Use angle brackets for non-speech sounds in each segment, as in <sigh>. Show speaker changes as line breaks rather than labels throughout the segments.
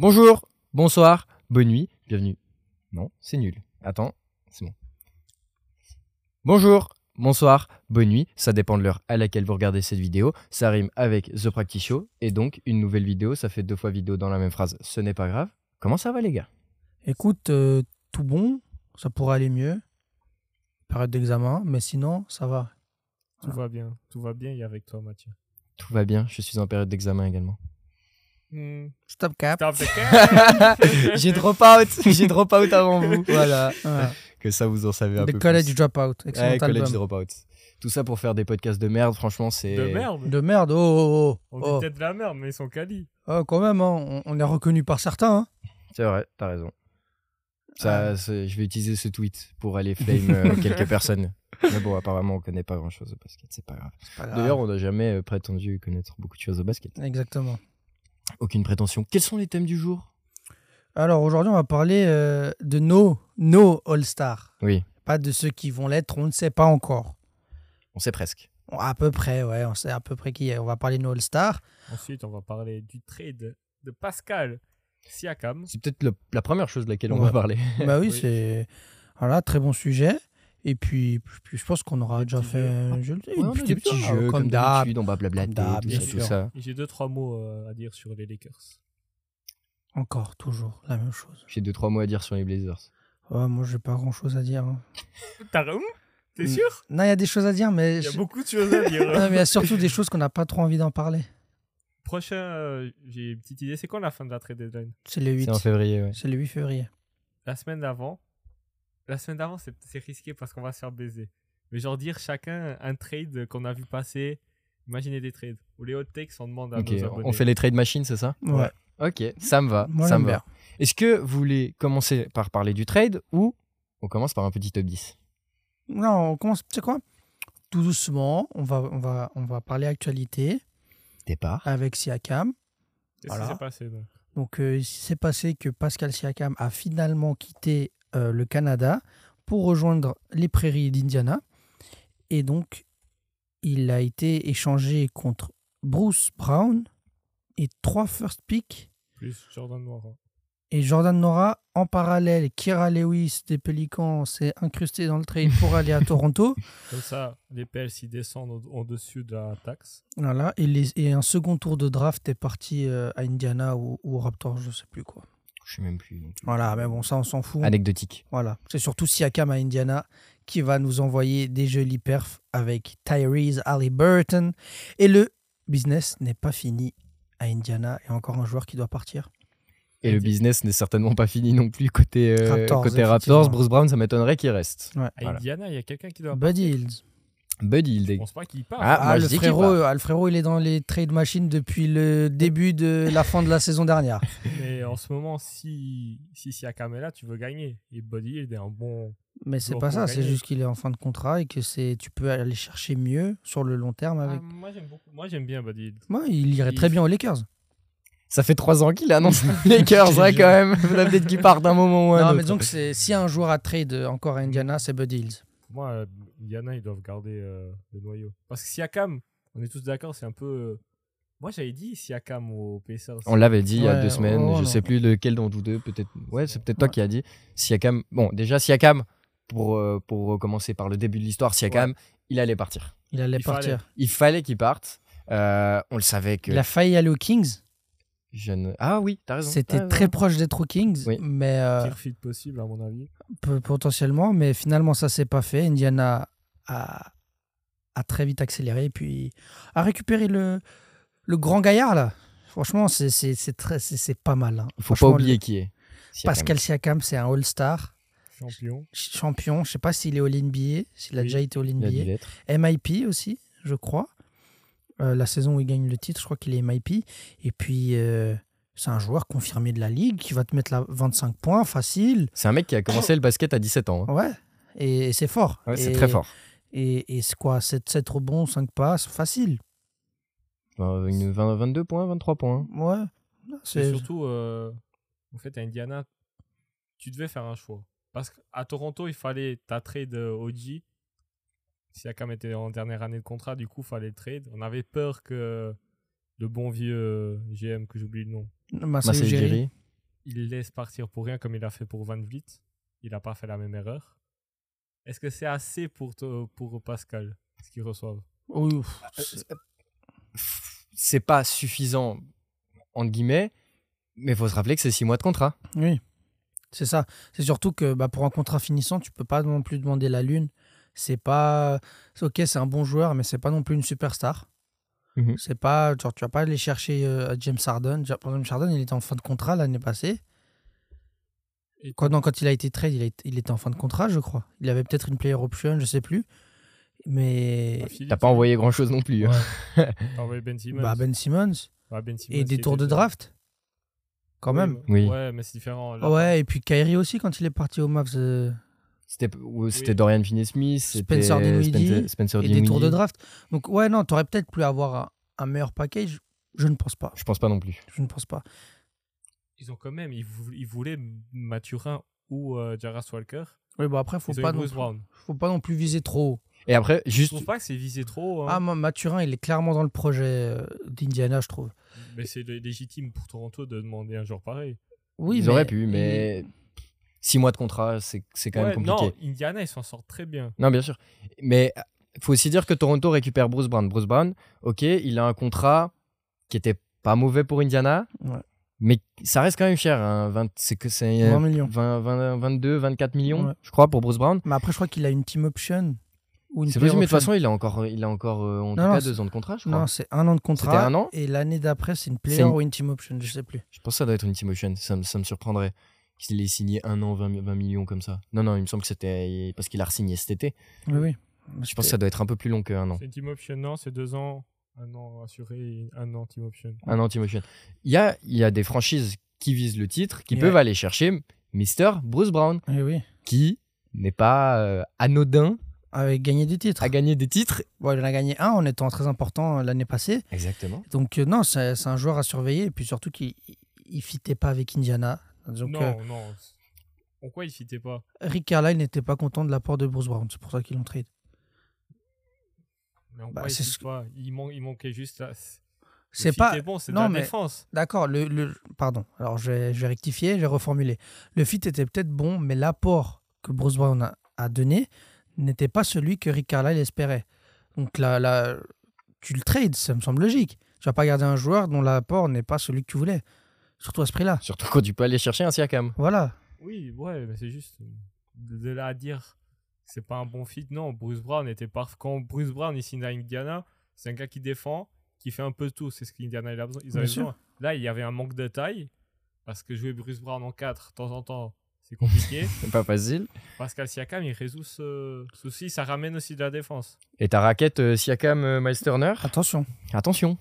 Bonjour, bonsoir, bonne nuit, bienvenue. Non, c'est nul. Attends, c'est bon. Bonjour, bonsoir, bonne nuit, ça dépend de l'heure à laquelle vous regardez cette vidéo. Ça rime avec The Practice Show et donc une nouvelle vidéo, ça fait deux fois vidéo dans la même phrase, ce n'est pas grave. Comment ça va les gars
Écoute, euh, tout bon, ça pourrait aller mieux. Période d'examen, mais sinon, ça va.
Tout va bien, tout va bien et avec toi, <laughs> Mathieu.
Tout va bien, je suis en période d'examen également.
Stop cap.
<laughs> Stop the cap.
<laughs> j'ai drop out, j'ai drop out avant vous. Voilà,
<laughs> Voilà.
<laughs> que ça vous en savez un
The
peu
College
plus.
Dropout.
Ouais,
Excellent
college
album.
dropout. Tout ça pour faire des podcasts de merde, franchement, c'est
De merde.
De merde. Oh, oh, oh.
On
oh.
dit peut-être de la merde, mais ils sont quali.
Oh, quand même, hein, on, on est reconnu par certains. hein.
C'est vrai, t'as raison. Ça, c'est- Je vais utiliser ce tweet pour aller flame <laughs> euh, quelques personnes. Mais bon, apparemment, on connaît pas grand chose au basket, c'est pas grave.
C'est pas grave.
D'ailleurs, on n'a jamais euh, prétendu connaître beaucoup de choses au basket.
Exactement.
Aucune prétention. Quels sont les thèmes du jour
Alors aujourd'hui, on va parler euh, de nos, nos All-Stars.
Oui,
Pas de ceux qui vont l'être, on ne sait pas encore.
on sait presque.
On- À peu près, ouais, on sait à peu près qui est. On va parler de nos All-Stars.
Ensuite, on va parler du trade de Pascal Siakam.
C'est peut-être le- la première chose de laquelle on va
Ouais.
parler.
bah oui,
<laughs> Oui.
c'est. Voilà, très bon sujet. Et puis, puis je pense qu'on aura
Des
déjà
petits
fait
jeux.
un jeu,
Ouais, on a
des
des
petits
jeux,
jeux, euh, comme d'hab.
d'habitude, on va blablater,
comme d'hab,
tout
bien
ça, tout
sûr.
ça.
Et J'ai deux, trois mots euh, à dire sur les Lakers.
Encore, toujours, la même chose.
J'ai deux, trois mots à dire sur les Blazers.
Ouais, moi, j'ai pas grand chose à dire. hein.
T'as raison T'es
Mm.
sûr
Non, il y a des choses à dire, mais.
Il y a
je-
beaucoup de choses à dire.
<laughs>
hein.
Non, mais il y a surtout des choses qu'on n'a pas trop envie d'en parler.
Prochain, euh, j'ai une petite idée. C'est quand la fin de la trade deadline
C'est le 8.
C'est en février, ouais.
C'est le 8 février.
La semaine d'avant. La semaine d'avant, c'est c'est risqué parce qu'on va se faire baiser. Mais genre dire chacun un trade qu'on a vu passer. Imaginez des trades. Ou les hot takes, on demande à
Ok,
nos abonnés.
on fait les trade machines, c'est ça
Ouais.
Ouais.
Ok, ça me va,
Moi,
ça
j'aime
me va.
bien.
Est-ce que vous voulez commencer par parler du trade ou on commence par un petit top 10
Non, on commence. Tu sais quoi Tout doucement, on va, on, va, on va parler actualité
Départ.
avec Siakam.
Qu'est-ce qui
Voilà.
s'est passé donc
Donc, euh, il s'est passé que Pascal Siakam a finalement quitté euh, le Canada pour rejoindre les prairies d'Indiana. Et donc, il a été échangé contre Bruce Brown et trois first picks
Plus Jordan Noir. hein.
Et Jordan Nora, en parallèle, Kira Lewis des Pelicans s'est incrusté dans le trade pour aller à Toronto.
Comme ça, les PLC descendent au- au-dessus de la taxe.
Voilà, et, les- et un second tour de draft est parti euh, à Indiana ou, ou aux Raptors, je sais plus quoi.
Je sais même plus. non plus.
Voilà, mais bon, ça, on s'en fout.
Anecdotique.
Voilà, c'est surtout Siakam à Indiana qui va nous envoyer des jolis perfs avec Tyrese Halliburton. Et le business n'est pas fini à Indiana. Et encore un joueur qui doit partir.
Et le business n'est certainement pas fini non plus côté euh,
Raptors,
côté Raptors.
effectivement.
Bruce Brown, ça m'étonnerait qu'il reste.
Ouais.
À
Voilà.
Ah, Indiana, il y a quelqu'un qui doit.
Buddy Hills.
Buddy Hield
Je
est-
pense pas qu'il part.
Ah,
Ah,
moi, je
le
dis qu'il
frérot, ah, le frérot, il est dans les trade machines depuis le début de la fin de la saison dernière.
Mais en ce moment, si, si Siakam est là, tu veux gagner. Et Buddy Hield est un bon.
<laughs> Mais c'est
Bon,
pas
pour
ça, c'est
gagner.
juste qu'il est en fin de contrat et que c'est tu peux aller chercher mieux sur le long terme avec.
Ah, moi, j'aime beaucoup. Moi, j'aime bien Buddy Hield.
Moi, il irait
il-
très bien aux Lakers.
Ça fait trois ans qu'il
<laughs>
annonce les Lakers, ouais, quand même. <laughs> Faudrait peut-être qu'il part d'un moment ou un
non,
autre.
mais donc c'est s'il y a un joueur à trade euh, encore à
Mm.
Indiana, c'est Buddy Hills.
Pour moi, euh, Indiana, ils doivent garder euh, le noyau. Parce que Siakam, on est tous d'accord, c'est un peu. euh, Moi, j'avais dit Siakam au Pacers.
On l'avait dit il y a
Ouais,
deux semaines,
oh,
je
non.
sais plus lequel d'entre vous deux, peut-être. Ouais, c'est peut-être toi
Ouais.
qui as dit. Siakam. Bon, déjà Siakam pour euh, pour commencer par le début de l'histoire, Siakam, il allait partir.
Il allait
Il fallait.
partir.
Il fallait qu'il parte. Euh, on le savait que
Il a failli aller aux Kings.
Je ne- Ah oui, t'as raison.
C'était
T'as
très
raison.
proche d'être aux Kings,
Oui.
mais euh,
Pire fit possible, à mon avis.
peu- potentiellement, mais finalement ça s'est pas fait. Indiana a, a très vite accéléré et puis a récupéré le le grand gaillard là. Franchement, c'est c'est c'est très- c'est- c'est pas mal. hein.
Faut pas
Franchement,
oublier qui est. Siakam.
Pascal Siakam, c'est un All-Star.
Champion.
ch- champion. Je sais pas s'il est au NBA, s'il a
Oui,
déjà été au
Il a dû
NBA.
l'être.
MIP aussi, je crois. Euh, la saison où il gagne le titre, je crois qu'il est MIP. Et puis, euh, c'est un joueur confirmé de la ligue qui va te mettre la 25 points facile.
C'est un mec qui a commencé le basket à 17 ans. hein.
Ouais. Et, et c'est fort.
Ouais, c'est
Et-
très fort.
Et, et c'est quoi 7, 7 rebonds, 5 passes, facile.
Enfin, Bah, une 20 22 points, 23 points. hein.
Ouais.
Et
C'est
surtout, euh, en fait, à Indiana, tu devais faire un choix. Parce qu'à Toronto, il fallait ta trade euh, OG. Siakam était en dernière année de contrat, du coup, fallait le trade. On avait peur que le bon vieux euh, GM, que j'oublie le nom,
Masai
Masai
Ujiri.
Ujiri.
il laisse partir pour rien comme il a fait pour Van Vliet. Il n'a pas fait la même erreur. Est-ce que c'est assez pour, te- pour Pascal, ce qu'ils reçoivent
Ouf.
Euh, C'est pas suffisant, entre guillemets, mais faut se rappeler que c'est 6 mois de contrat.
Oui, c'est ça. C'est surtout que bah, pour un contrat finissant, tu peux pas non plus demander la lune. C'est pas. c'est Ok, c'est un bon joueur, mais c'est pas non plus une superstar.
Mhm.
C'est pas. Genre, tu vas pas aller chercher euh, James Harden. Ja- James Harden, il était en fin de contrat l'année passée.
Et
Quand, non, quand il a été trade, il, a été- il était en fin de contrat, je crois. Il avait peut-être une player option, je sais plus. Mais.
Bah, Philippe,
T'as pas envoyé grand chose non plus. hein.
t'as envoyé Ben Simmons.
Bah, ben Simmons.
Ouais, Ben Simmons,
Et des
il
tours de
était-
draft. Quand
Oui,
même. Ah
mais-
Oui.
Ouais, mais c'est différent. là.
Ouais, et puis Kyrie aussi quand il est parti au Mavs. euh,
C'était ou c'était
Oui.
Dorian Finney-Smith, c'était
Spencer Dinwiddie
Spencer- Spencer
et des tours de
Dinwiddie.
draft. Donc ouais, non, t'aurais peut-être pu avoir un, un meilleur package. Je ne pense pas.
Je pense pas non plus.
Je ne pense pas.
Ils ont quand même, ils, vou- ils voulaient Mathurin ou euh, Jarras Walker.
Oui, bon après, faut
Ils ont
pas
eu
non,
Bruce Brown.
faut pas non plus viser trop. haut.
Et après,
Je
juste,
trouve pas que c'est visé trop. hein.
Ah, moi, Mathurin, il est clairement dans le projet euh, d'Indiana, je trouve.
Mais c'est lé- légitime pour Toronto de demander un joueur pareil.
Oui,
ils
mais-
auraient pu, mais 6 mois de contrat, c'est c'est quand
Ouais,
même compliqué.
Non, Indiana, ils s'en sortent très bien.
Non, bien sûr. Mais faut aussi dire que Toronto récupère Bruce Brown. Bruce Brown, ok, il a un contrat qui était pas mauvais pour Indiana,
Ouais.
mais ça reste quand même cher. hein. 20 C'est que c'est
20
euh,
millions.
20, 20, 22, 24 millions,
Ouais.
je crois, pour Bruce Brown.
Mais après, je crois qu'il a une team option ou une
C'est
player
possible, mais de toute
option.
façon, il a encore, il a encore euh, en
Non,
tout
non,
cas
c'est-
deux ans de contrat, je crois.
Non, c'est un an de contrat.
un an
Et l'année d'après, c'est une player
C'est une-
ou une team option, je sais plus.
Je pense que ça doit être une team option. Ça, me- ça me surprendrait qu'il ait signé un an, 20, 20 millions comme ça. Non, non, il me semble que c'était parce qu'il a re-signé cet été.
Oui, oui.
Je pense que ça doit être un peu plus long qu'un an.
C'est une team option, non C'est deux ans, un an assuré, et un an team option.
Un an team option. Il y a, il y a des franchises qui visent le titre, qui
Ouais.
peuvent aller chercher Mr. Bruce Brown,
Eh oui.
qui n'est pas euh, anodin
Avec gagné des titres.
à gagner des titres.
Bon, il en a gagné un en étant très important euh, l'année passée.
Exactement.
Donc euh, non, c'est c'est un joueur à surveiller et puis surtout qu'il il- il fitait pas avec Indiana. Donc
non,
euh,
non. Pourquoi ils fitaient pas
Rick Carlisle n'était pas content de l'apport de Bruce Brown, c'est pour ça qu'ils l'ont trade.
Mais en
Bah,
quoi ils
c'est
fitent
ce-
pas Il, man- il manquait juste la. le
C'est
fit
pas
est bon, c'est
non,
de la
mais-
défense.
d'accord. Le, le- pardon. Alors je vais, je vais rectifier, je vais reformuler. Le fit était peut-être bon, mais l'apport que Bruce Brown a, a donné n'était pas celui que Rick Carlisle espérait. Donc là, là, tu le trades, ça me semble logique. Tu vas pas garder un joueur dont l'apport n'est pas celui que tu voulais, surtout à ce prix-là.
Surtout quand tu peux aller chercher un Siakam.
Voilà.
Oui, ouais, mais c'est juste. De de là à dire que c'est pas un bon fit, non. Bruce Brown était parfait. Quand Bruce Brown il signe à Indiana, c'est un gars qui défend, qui fait un peu tout. C'est ce qu'Indiana il a besoin- ils
Bien
avaient
sûr.
besoin. Là, il y avait un manque de taille. Parce que jouer Bruce Brown en 4, de temps en temps, c'est
<laughs>
compliqué.
C'est pas facile.
Pascal Siakam, il résout ce souci. Ça ramène aussi de la défense.
Et ta raquette euh, Siakam, euh, Miles Turner.
Attention.
Attention.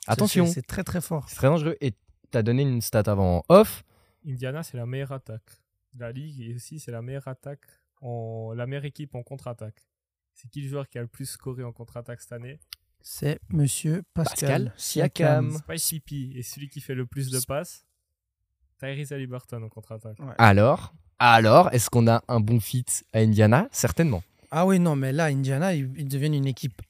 C'est-
Attention.
C'est c'est très très fort.
C'est très dangereux. Et t'as donné une stat avant en off.
Indiana, c'est la meilleure attaque. La ligue et aussi, c'est la meilleure attaque, en... la meilleure équipe en contre-attaque. C'est qui le joueur qui a le plus scoré en contre-attaque cette année
C'est Monsieur Pascal,
Pascal Siakam.
C'est pas CP. Et celui qui fait le plus de passes Tyrese Halliburton en contre-attaque.
Alors, alors, est-ce qu'on a un bon fit à Indiana Certainement.
Ah oui, non, mais là, Indiana, ils, ils deviennent une équipe.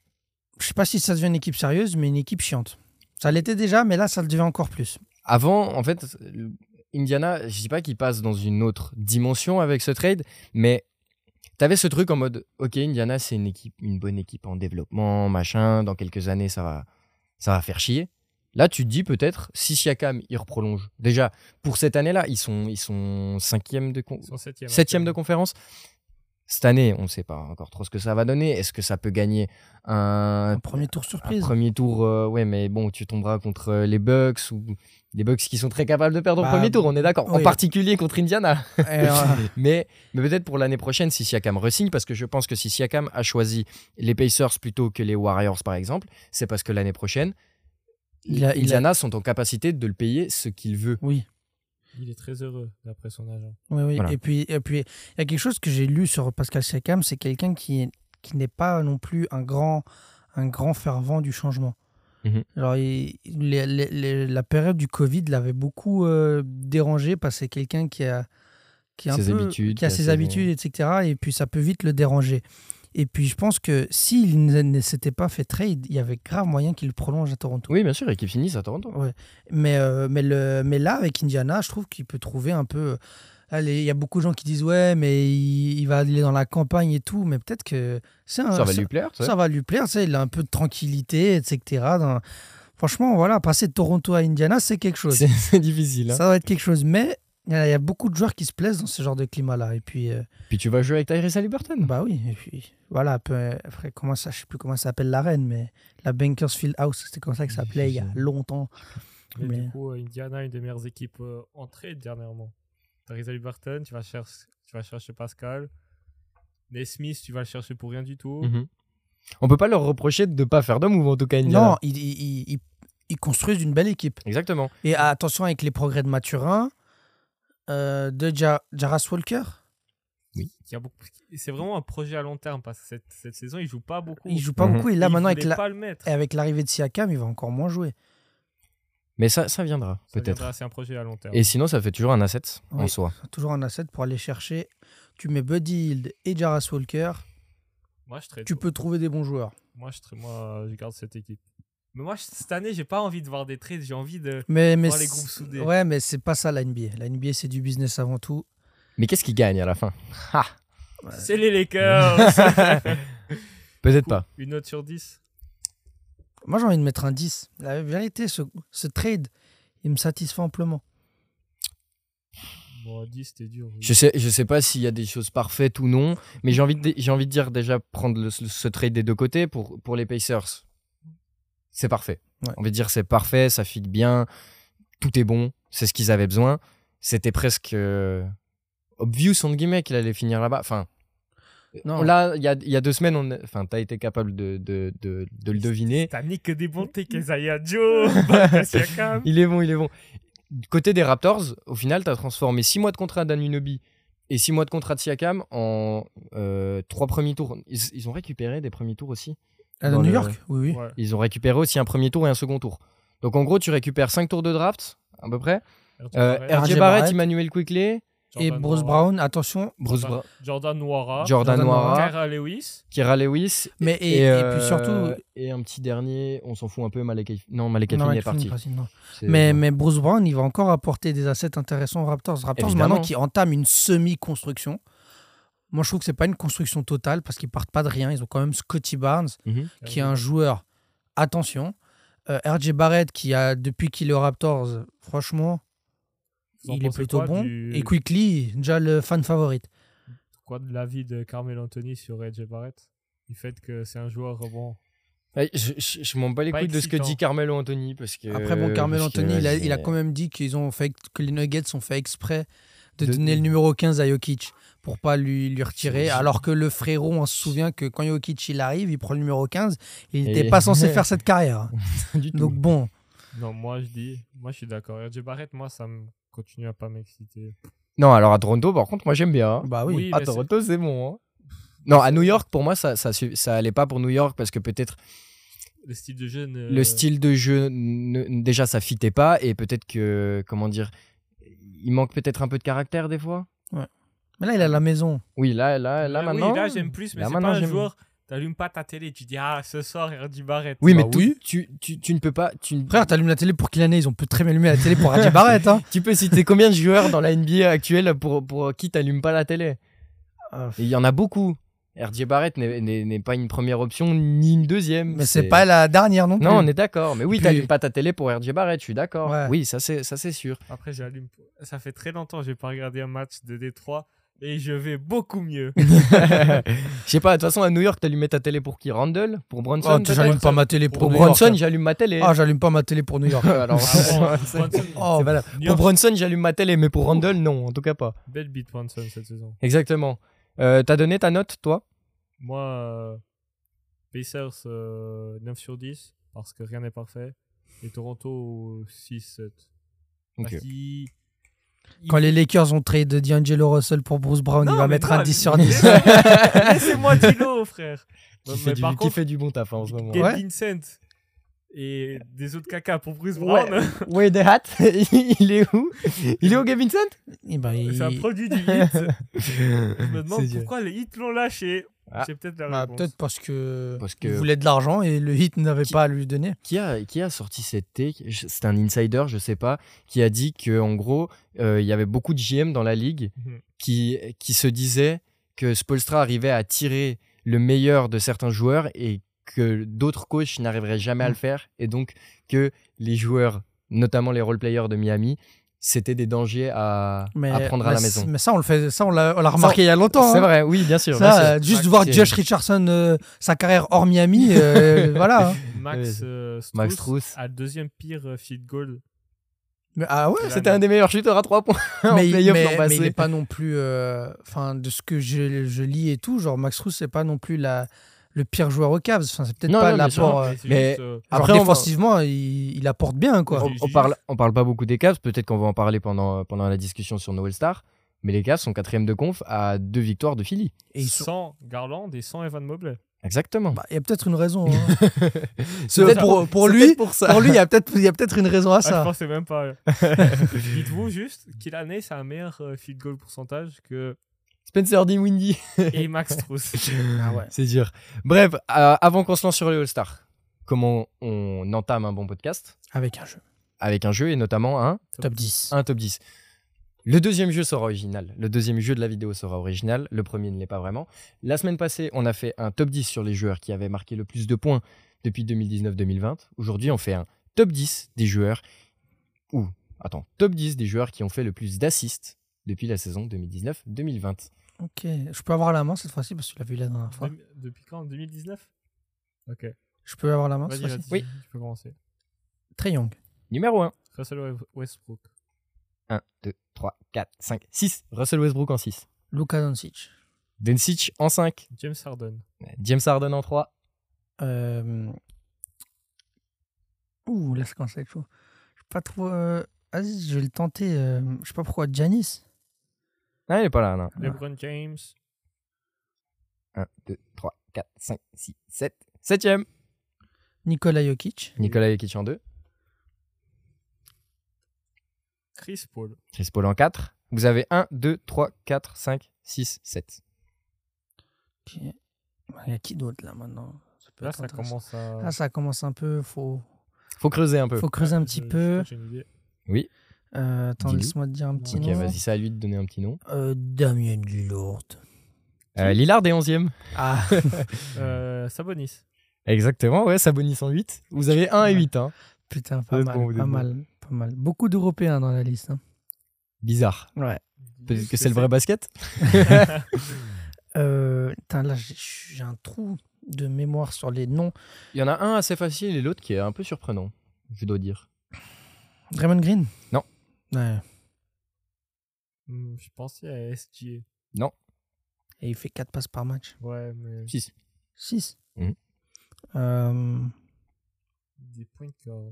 Je sais pas si ça devient une équipe sérieuse, mais une équipe chiante. Ça l'était déjà, mais là, ça le devient encore plus.
Avant, en fait, le- Indiana, je dis pas qu'il passe dans une autre dimension avec ce trade, mais t'avais ce truc en mode, ok, Indiana, c'est une équipe, une bonne équipe en développement, machin. Dans quelques années, ça va, ça va faire chier. Là, tu te dis peut-être si Siakam il reprolonge. Déjà pour cette année-là, ils sont ils sont cinquième de con-
Ils sont septième.
septième de conférence. Cette année, on ne sait pas encore trop ce que ça va donner. Est-ce que ça peut gagner un,
Un premier tour
un
surprise.
premier tour euh, Ouais, mais bon, tu tomberas contre euh, les Bucks ou les Bucks qui sont très capables de perdre
Bah,
au premier tour. On est d'accord. En
oui.
particulier contre Indiana.
Et, euh,
<laughs> mais mais peut-être pour l'année prochaine, si Siakam resigne, parce que je pense que si Siakam a choisi les Pacers plutôt que les Warriors, par exemple, c'est parce que l'année prochaine,
Il a- il a-
Indiana sont en capacité de le payer ce qu'il veut.
oui,
Il est très heureux, d'après son agent.
oui, oui.
Voilà.
Et puis, et puis, il y a quelque chose que j'ai lu sur Pascal Siakam, c'est quelqu'un qui, est- qui n'est pas non plus un grand, un grand fervent du changement.
Mhm.
Alors, il- les- les- les- la période du Covid l'avait beaucoup euh, dérangé parce que c'est quelqu'un qui a, qui a un
Ses
peu-
habitudes,
qui a ses habitudes, etc. Et puis ça peut vite le déranger. Et puis je pense que s'il ne ne s'était pas fait trade, il y avait grave moyen qu'il le prolonge à Toronto.
Oui, bien sûr, et qu'ils finissent à Toronto.
Mais, euh, mais, le, mais là, avec Indiana, je trouve qu'il peut trouver un peu. euh, Allez, Il y a beaucoup de gens qui disent ouais, mais il, il va aller dans la campagne et tout, mais peut-être que c'est un-
Ça va
c'est-
lui plaire, tu sais.
ça va lui plaire, tu sais, il a un peu de tranquillité, etc. Dans- Franchement, voilà, passer de Toronto à Indiana, c'est quelque chose.
C'est- C'est difficile. hein.
Ça va être quelque chose, mais il y, a il y a beaucoup de joueurs qui se plaisent dans ce genre de climat-là. Et puis, euh,
Puis tu vas jouer avec Tyrese Halliburton.
bah oui, et puis, voilà, peu- après, comment ça, je sais plus comment ça s'appelle l'arène, mais la Bankersfield House, c'était comme ça que ça s'appelait il y a longtemps.
Mais
Mais-
du coup, euh, Indiana, une des meilleures équipes euh, en trade dernièrement. T'arrives à Burton, tu vas, chercher, tu vas chercher Pascal. Nesmith, tu vas le chercher pour rien du tout.
Mhm. On peut pas leur reprocher de ne pas faire de move, en tout cas, Indiana.
Non, ils, ils- ils- ils- ils construisent une belle équipe.
Exactement.
Et attention avec les progrès de Maturin, euh, de Ja- Jarras Walker.
Il y a beaucoup- C'est vraiment un projet à long terme parce que cette, cette saison, il joue pas beaucoup.
Il joue pas
Mhm.
beaucoup et là
Il
maintenant
voulait
avec la-
pas le mettre.
et avec l'arrivée de Siakam, il va encore moins jouer.
Mais ça, ça viendra,
Ça
peut-être.
viendra, C'est un projet à long terme.
Et sinon, ça fait toujours un asset en
Oui.
soi.
Toujours un asset pour aller chercher. Tu mets Buddy Hield et Jarras Walker,
Moi, je trade.
tu peux trouver des bons joueurs.
Moi, je, trade- moi, je garde cette équipe. Mais moi, je- cette année, j'ai pas envie de voir des trades. J'ai envie de.
Mais mais
Voir les
c'est-
groupes soudés.
ouais, mais c'est pas ça la NBA. La NBA c'est du business avant tout.
Mais qu'est-ce qu'ils gagnent à la fin Ha
C'est les
<laughs>
Lakers
Peut-être pas.
Une note sur 10.
Moi j'ai envie de mettre un 10. La vérité, ce, ce trade, il me satisfait amplement.
Bon, 10, c'était dur.
Je sais, je sais pas s'il y a des choses parfaites ou non, mais j'ai envie, de, dé- j'ai envie de dire déjà prendre le- ce trade des deux côtés pour, pour les Pacers. C'est parfait.
Ouais.
On va dire c'est parfait, ça fit bien, tout est bon, c'est ce qu'ils avaient besoin. C'était presque euh, obvious entre guillemets qu'il allait finir là-bas. Enfin,
Non.
on l'a- il y a, il y a deux semaines, on, a- enfin, t'as été capable de, de, de, de le deviner.
T'as mis que des bontés, Kezaya Joe, <laughs> Pascal Siakam.
Il est bon, il est bon. Du Côté des Raptors, au final, tu as transformé 6 mois de contrat d'Anunobi et 6 mois de contrat de Siakam en 3 premiers tours. Ils, ils ont récupéré des premiers tours aussi.
À
Dans
Euh, New
le-
York, oui oui.
Ouais.
Ils ont récupéré aussi un premier tour et un second tour. Donc en gros, tu récupères 5 tours de draft, à peu près. Euh,
Jordan
RJ
RJ
Barrett,
Barrett,
Emmanuel Quickley,
Et
Jordan
Bruce
Noir-
Brown, attention.
Bruce
Jordan-
Bra-
Jordan Noira.
Jordan
Jordan Noir.
Noir,
Kyra Lewis.
Kira Lewis.
Mais et, et
euh,
puis surtout,
Et un petit dernier, on s'en fout un peu, Malek. Non, Malek Eflin est Euh,
Non, Mike Flynn
parti.
est parti, non.
C'est- Mhm.
Mais, mais Bruce Brown, il va encore apporter des assets intéressants aux Raptors. Raptors,
Évidemment.
maintenant, qui entame une semi-construction. Moi, je trouve que c'est pas une construction totale parce qu'ils partent pas de rien. Ils ont quand même Scotty Barnes,
Mhm.
Ah
qui est un joueur, attention. Euh, RJ Barrett, qui a, depuis qu'il est aux Raptors, franchement,
Vous en
il est
pensez
plutôt
quoi
bon.
du-
Et Quickly, déjà le fan favorite.
Quoi de l'avis de Carmel Anthony sur RJ Barrett Du fait que c'est un joueur euh, bon.
Ouais, Je, je- je m'en bats les
Pas
couilles de ce que
excitant.
dit Carmelo Anthony. Parce que,
Après, bon, Carmel
Euh, parce que,
Anthony, il a,
vas-y,
il a
mais-
quand même dit qu'ils ont fait, que les Nuggets ont fait exprès de,
De-
donner le numéro 15 à Jokic pour pas lui, lui retirer.
C'est-
Alors que le frérot, on se souvient que quand Jokic il arrive, il prend le numéro 15, il
Et-
n'était pas censé
<laughs>
faire cette carrière.
du tout.
Donc bon,
Non, moi je dis, moi je suis d'accord. RJ Barrett, moi ça me continue à pas m'exciter.
Non, alors à Toronto, par contre, moi j'aime bien. hein.
bah oui.
Oui,
à
mais
Toronto, c'est bon. hein. Non, à New York, pour moi, ça, ça, su- ça allait pas pour New York parce que peut-être
Le style de jeu. ne-
le style de jeu, ne- déjà, ça fitait pas et peut-être que, comment dire, il manque peut-être un peu de caractère des fois.
Mais là, il est à la maison.
Oui, là, là, là
Mais
maintenant.
Ben Ah Oui, là j'aime plus, mais
là,
c'est
maintenant,
pas un
j'aime.
joueur. T'allumes pas ta télé, tu dis ah ce soir RJ Barrett.
Oui, mais
Bah
tu-
oui.
Tu, tu, tu ne peux pas. Tu, ne-
Frère, t'allumes la télé pour quelle année Ils ont peut très bien allumé la télé
<laughs>
pour Raji Barrett. Hein.
tu peux citer combien de joueurs dans la NBA actuelle pour, pour qui t'allumes pas la télé
Ah.
Et Il y en a beaucoup. RJ Barrett n'est- n'est n'est pas une première option ni une deuxième.
Mais c'est pas la dernière non plus.
Non, on est d'accord. Mais oui,
Puis-
t'allumes pas ta télé pour RJ Barrett, je suis d'accord.
Ouais.
Oui, ça c'est ça c'est sûr.
Après, j'allume. Ça fait très longtemps que j'ai pas regardé un match de Détroit et je vais
<laughs>
beaucoup mieux.
Je sais pas. De toute façon, à New York, t'allumais ta télé pour qui Randall, pour Bronson.
Oh,
peut-être
j'allume pas ma télé pour,
pour
New York,
Bronson,
hein.
j'allume ma télé.
Ah, j'allume pas ma télé pour New
<laughs>
York.
Alors,
Ah
c'est-
bon, Brunson,
Oh,
c'est valable.
New
Pour
York,
Bronson, j'allume ma télé, mais pour Randall, non, en tout cas pas.
Belle beat Brunson cette saison.
Exactement. Euh, T'as donné ta note, toi
Moi, euh, Pacers euh, 9 sur 10 parce que rien n'est parfait. Et Toronto 6-7. Bah,
Ok.
Quand les Lakers ont trade D'Angelo Russell pour Bruce Brown, il va mettre un 10 sur 10.
Laissez-moi Dilo, frère.
<laughs> Qui,
Non,
fait
mais
du,
par
qui
contre,
fait du bon taf hein, en ce moment.
Gabe
Ouais.
Vincent et des autres caca pour Bruce
Ouais.
Brown. <laughs>
Way the Hat, il est où Il est où, Gavin
Eh ben,
<laughs>
il-
C'est un produit du hit. Je me
C'est
demande
dur.
pourquoi les hits l'ont lâché.
Ah.
C'est peut-être la
Bah,
réponse.
Peut-être parce que,
Parce
il
que-
voulait de l'argent et le hit n'avait
Qui-
pas à lui donner.
Qui a, qui a sorti cette take Je- C'est un insider, je sais pas, qui a dit que en gros, euh, il y avait beaucoup de GM dans la ligue
Mhm.
qui, qui se disaient que Spolstra arrivait à tirer le meilleur de certains joueurs et que d'autres coachs n'arriveraient jamais à
Mhm.
le faire. Et donc que les joueurs, notamment les role-players de Miami, c'était des dangers à,
Mais,
à prendre à
mais
la
c-
maison.
Mais ça, on le fait, ça, on l'a on l'a remarqué il y a longtemps.
C'est
hein.
vrai, oui, bien sûr.
Ça,
bien sûr.
euh, juste
Max,
voir
c'est-
Josh Richardson, euh, sa carrière hors Miami,
<laughs>
euh, voilà. hein.
Max,
Ouais.
euh,
Max
Strus
Strus.
a le deuxième pire euh, field goal.
Mais- ah ouais.
C'était un des meilleurs shooters à 3 points <laughs> en
mais, il-
playoff
mais-
l'an
mais
passé.
il n'est pas non plus. euh, Enfin, de ce que je, je lis et tout, genre Max Roos, c'est pas non plus la, le pire joueur aux Cavs. Enfin, c'est peut-être
Non,
pas
non, bien sûr.
l'apport.
Non,
euh,
c'est
mais-
juste, euh,
Après,
Après,
on va-
offensivement, il, il apporte bien, quoi.
on,
Ju-
on
juste-
parle, on parle pas beaucoup des Cavs, peut-être qu'on va en parler pendant, euh, pendant la discussion sur Noël Star, mais les Cavs sont quatrième de conf à deux victoires de Philly.
Et ils sont-
sans Garland et sans Evan Mobley.
Exactement.
bah, Il y a peut-être une raison.
<laughs>
hein.
C'est
peut-être pour, pour
c'est
lui,
peut-être pour ça.
pour lui, il y a peut-être il y a peut-être une raison à
Ah, je
ça.
pensais même pas. euh.
<laughs>
Dites-vous juste qu'il a né, c'est un meilleur euh, field goal pourcentage
<laughs>
que
Spencer Dinwiddie.
et
<laughs>
Max Strus.
Ah ouais.
C'est dur. Bref, euh, avant qu'on se lance sur les All-Star, comment on entame un bon podcast
Avec un jeu.
Avec un jeu et notamment un,
Top 10.
un top 10. Le deuxième jeu sera original. Le deuxième jeu de la vidéo sera original. Le premier ne l'est pas vraiment. La semaine passée, on a fait un top 10 sur les joueurs qui avaient marqué le plus de points depuis 2019-2020. Aujourd'hui, on fait un top 10 des joueurs ou attends, top 10 des joueurs qui ont fait le plus d'assists depuis la saison 2019-2020.
Ok. Je peux avoir la main cette fois-ci parce que tu l'as vu la dernière fois.
Demi- Depuis quand 2019 Ok.
Je peux avoir la main cette
Vas-y,
fois-ci.
vas-y.
Oui.
Tu peux commencer.
Très young.
Numéro 1.
Russell Wes- Westbrook.
1, 2, 3, 4, 5, 6. Russell Westbrook en 6.
Luka Doncic.
Doncic en 5.
James Harden.
James Harden en 3.
Euh... Ouh, là, ça commence à être chaud. Je sais pas trop. euh, Vas-y, je vais le tenter. euh, Je sais pas pourquoi. Janice.
Ah, il est pas là, non.
Ouais.
LeBron James.
1, 2, 3, 4, 5, 6, 7. Septième.
Nikola Jokic.
Nicolas Jokic en 2.
Chris Paul.
Chris Paul en 4. Vous avez 1, 2, 3, 4, 5, 6, 7.
Ok. Il y a qui d'autre là maintenant ça peut
Là,
être
ça
intéressant.
commence à.
Là, Ah, ça commence un peu. Faut,
Faut creuser un peu.
faut creuser un
Ouais,
petit
je- je
peu.
crois que j'ai une idée.
Euh, attends,
Dis-le.
laisse-moi te dire un petit
Ok,
nom.
vas-y, c'est à lui de donner un petit nom.
Euh, Damien Lillard.
Euh, Lillard est 11e.
Ah,
Euh, Sabonis.
Exactement, ouais, Sabonis en 8. Vous avez 1 et
Ouais.
8. Hein.
putain,
Vous
pas
êtes
mal.
bon, vous êtes
pas
bon.
mal. Pas mal. Beaucoup d'Européens dans la liste. hein.
Bizarre.
Ouais.
Peut-être que c'est le vrai basket
Euh, putain, là, j'ai- j'ai un trou de mémoire sur les noms.
Il y en a un assez facile et l'autre qui est un peu surprenant, je dois dire.
Draymond Green
Non.
Ouais.
Hmm, Je pensais à SGA.
Et il fait 4 passes par match.
Ouais, mais
6.
6.
Mhm.
Euh,
des points euh,